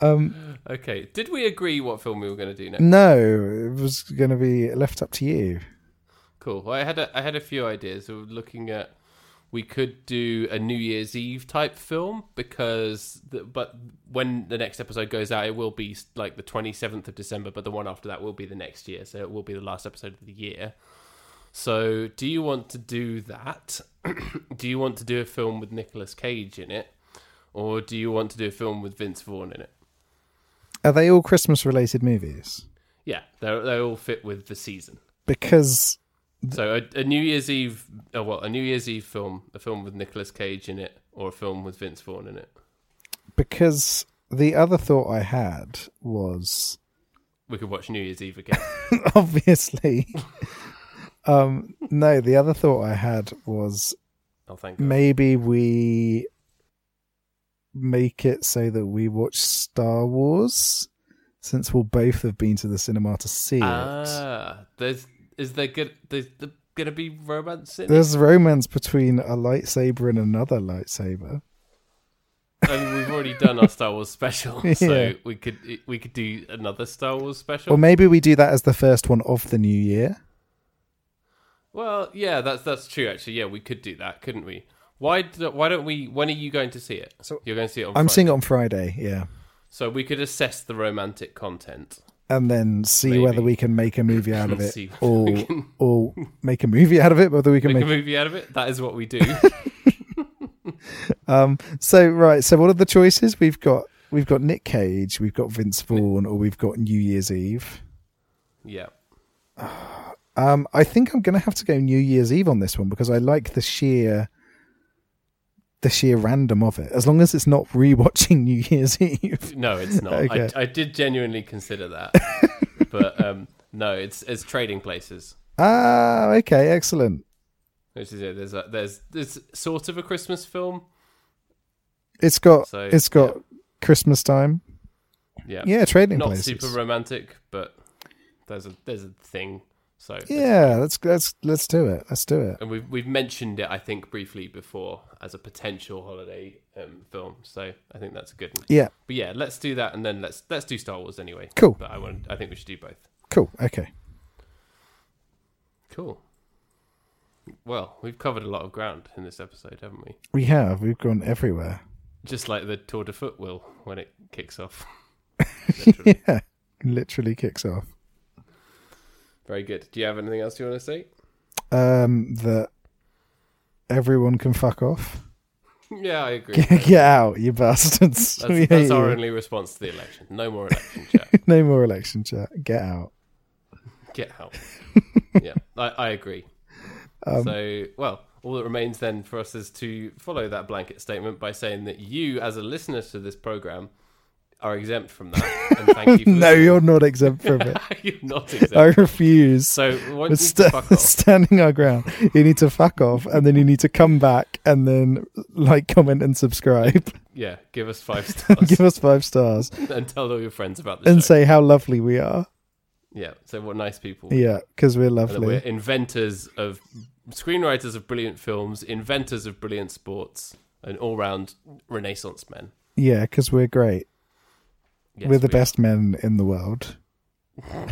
Speaker 3: Um,
Speaker 2: Okay. Did we agree what film we were going to do next?
Speaker 3: no, it was going to be left up to you.
Speaker 2: Cool. Well, I had a, I had a few ideas. We were looking at we could do a New Year's Eve type film because the, but when the next episode goes out, it will be like the 27th of December, but the one after that will be the next year, so it will be the last episode of the year. So, do you want to do that? do you want to do a film with Nicolas Cage in it? Or do you want to do a film with Vince Vaughn in it?
Speaker 3: Are they all Christmas related movies?
Speaker 2: Yeah, they they all fit with the season.
Speaker 3: Because,
Speaker 2: So a, a New Year's Eve, oh, well, a New Year's Eve film, a film with Nicolas Cage in it, or a film with Vince Vaughn in it.
Speaker 3: because the other thought I had was
Speaker 2: We could watch New Year's Eve again.
Speaker 3: obviously. um, no, the other thought I had was
Speaker 2: Oh, thank God.
Speaker 3: maybe we make it so that we watch Star Wars since we'll both have been to the cinema to see it.
Speaker 2: Ah, there's is there good? There's the, gonna be romance in it.
Speaker 3: There's romance between a lightsaber and another lightsaber.
Speaker 2: I mean, we've already done our Star Wars special,
Speaker 3: Yeah.
Speaker 2: so we could we could do another Star Wars special.
Speaker 3: Or maybe we do that as the first one of the new year.
Speaker 2: Well, yeah, that's that's true. Actually, yeah, we could do that, couldn't we? Why do, why don't we? When are you going to see it?
Speaker 3: So-
Speaker 2: You're going to see it on.
Speaker 3: I'm
Speaker 2: Friday.
Speaker 3: seeing it on Friday, yeah,
Speaker 2: So we could assess the romantic content.
Speaker 3: and then see
Speaker 2: Maybe.
Speaker 3: whether we can make a movie out of it,
Speaker 2: See whether
Speaker 3: or
Speaker 2: we can-
Speaker 3: or make a movie out of it. Whether we can
Speaker 2: Make
Speaker 3: make,
Speaker 2: a movie out of it. That is what we do.
Speaker 3: um. So right, so what are the choices we've got? We've got Nick Cage, we've got Vince Vaughn, or we've got New Year's Eve.
Speaker 2: yeah.
Speaker 3: Um, I think I'm going to have to go New Year's Eve on this one because I like the sheer, the sheer random of it. As long as it's not rewatching New Year's Eve.
Speaker 2: No, it's not.
Speaker 3: Okay.
Speaker 2: I, I did genuinely consider that, but um, no, it's it's trading places.
Speaker 3: Ah, okay, excellent.
Speaker 2: Which is it. There's a, there's there's sort of a Christmas film.
Speaker 3: It's got
Speaker 2: So,
Speaker 3: it's got Christmas time.
Speaker 2: Yeah.
Speaker 3: Yeah, trading
Speaker 2: Not
Speaker 3: places.
Speaker 2: super romantic, but there's a there's a thing. So
Speaker 3: yeah, let's let's let's do it. Let's do it.
Speaker 2: and we've we've mentioned it, I think, briefly before as a potential holiday um, film. So I think that's a good one.
Speaker 3: Yeah,
Speaker 2: But yeah, let's do that, and then let's let's do Star Wars anyway.
Speaker 3: Cool.
Speaker 2: But I want I think we should do both.
Speaker 3: cool. Okay.
Speaker 2: Cool. Well, we've covered a lot of ground in this episode, haven't we?
Speaker 3: We have we've gone everywhere.
Speaker 2: Just like the Tour de Foot will when it kicks off.
Speaker 3: yeah, literally kicks off.
Speaker 2: Very good. Do you have anything else you want to say?
Speaker 3: Um, that everyone can fuck off.
Speaker 2: Yeah, I agree. That's,
Speaker 3: Get out, you bastards. We hate
Speaker 2: that's
Speaker 3: you.
Speaker 2: our only response to the election. No more election chat.
Speaker 3: no more election chat. Get out.
Speaker 2: Get out. yeah, I, I agree.
Speaker 3: Um,
Speaker 2: so, well, all that remains then for us is to follow that blanket statement by saying that you, as a listener to this program, are exempt from that. And thank you. For
Speaker 3: No,
Speaker 2: listening.
Speaker 3: you're not exempt from it.
Speaker 2: you're not
Speaker 3: I
Speaker 2: exempt.
Speaker 3: refuse.
Speaker 2: So,
Speaker 3: We're
Speaker 2: once you
Speaker 3: sta-
Speaker 2: fuck off,
Speaker 3: standing our ground. You need to fuck off, and then you need to come back, and then like, comment, and subscribe.
Speaker 2: yeah, give us five stars
Speaker 3: Give us five stars,
Speaker 2: and tell all your friends about this.
Speaker 3: and say how lovely we are.
Speaker 2: yeah, so what nice people.
Speaker 3: Yeah, because we're
Speaker 2: And that we're
Speaker 3: lovely.
Speaker 2: inventors of screenwriters of brilliant films, inventors of brilliant sports, and all round Renaissance men.
Speaker 3: Yeah, because we're great.
Speaker 2: Yes,
Speaker 3: we're the
Speaker 2: we are.
Speaker 3: best men in the world.
Speaker 2: All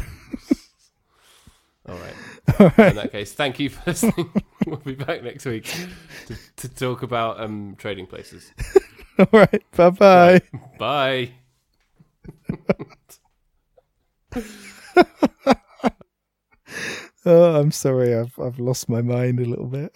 Speaker 2: right. In that case, thank you for listening. we'll be back next week to, to talk about um, trading places.
Speaker 3: All right, bye bye.
Speaker 2: Bye.
Speaker 3: Oh, I'm sorry, I've I've lost my mind a little bit.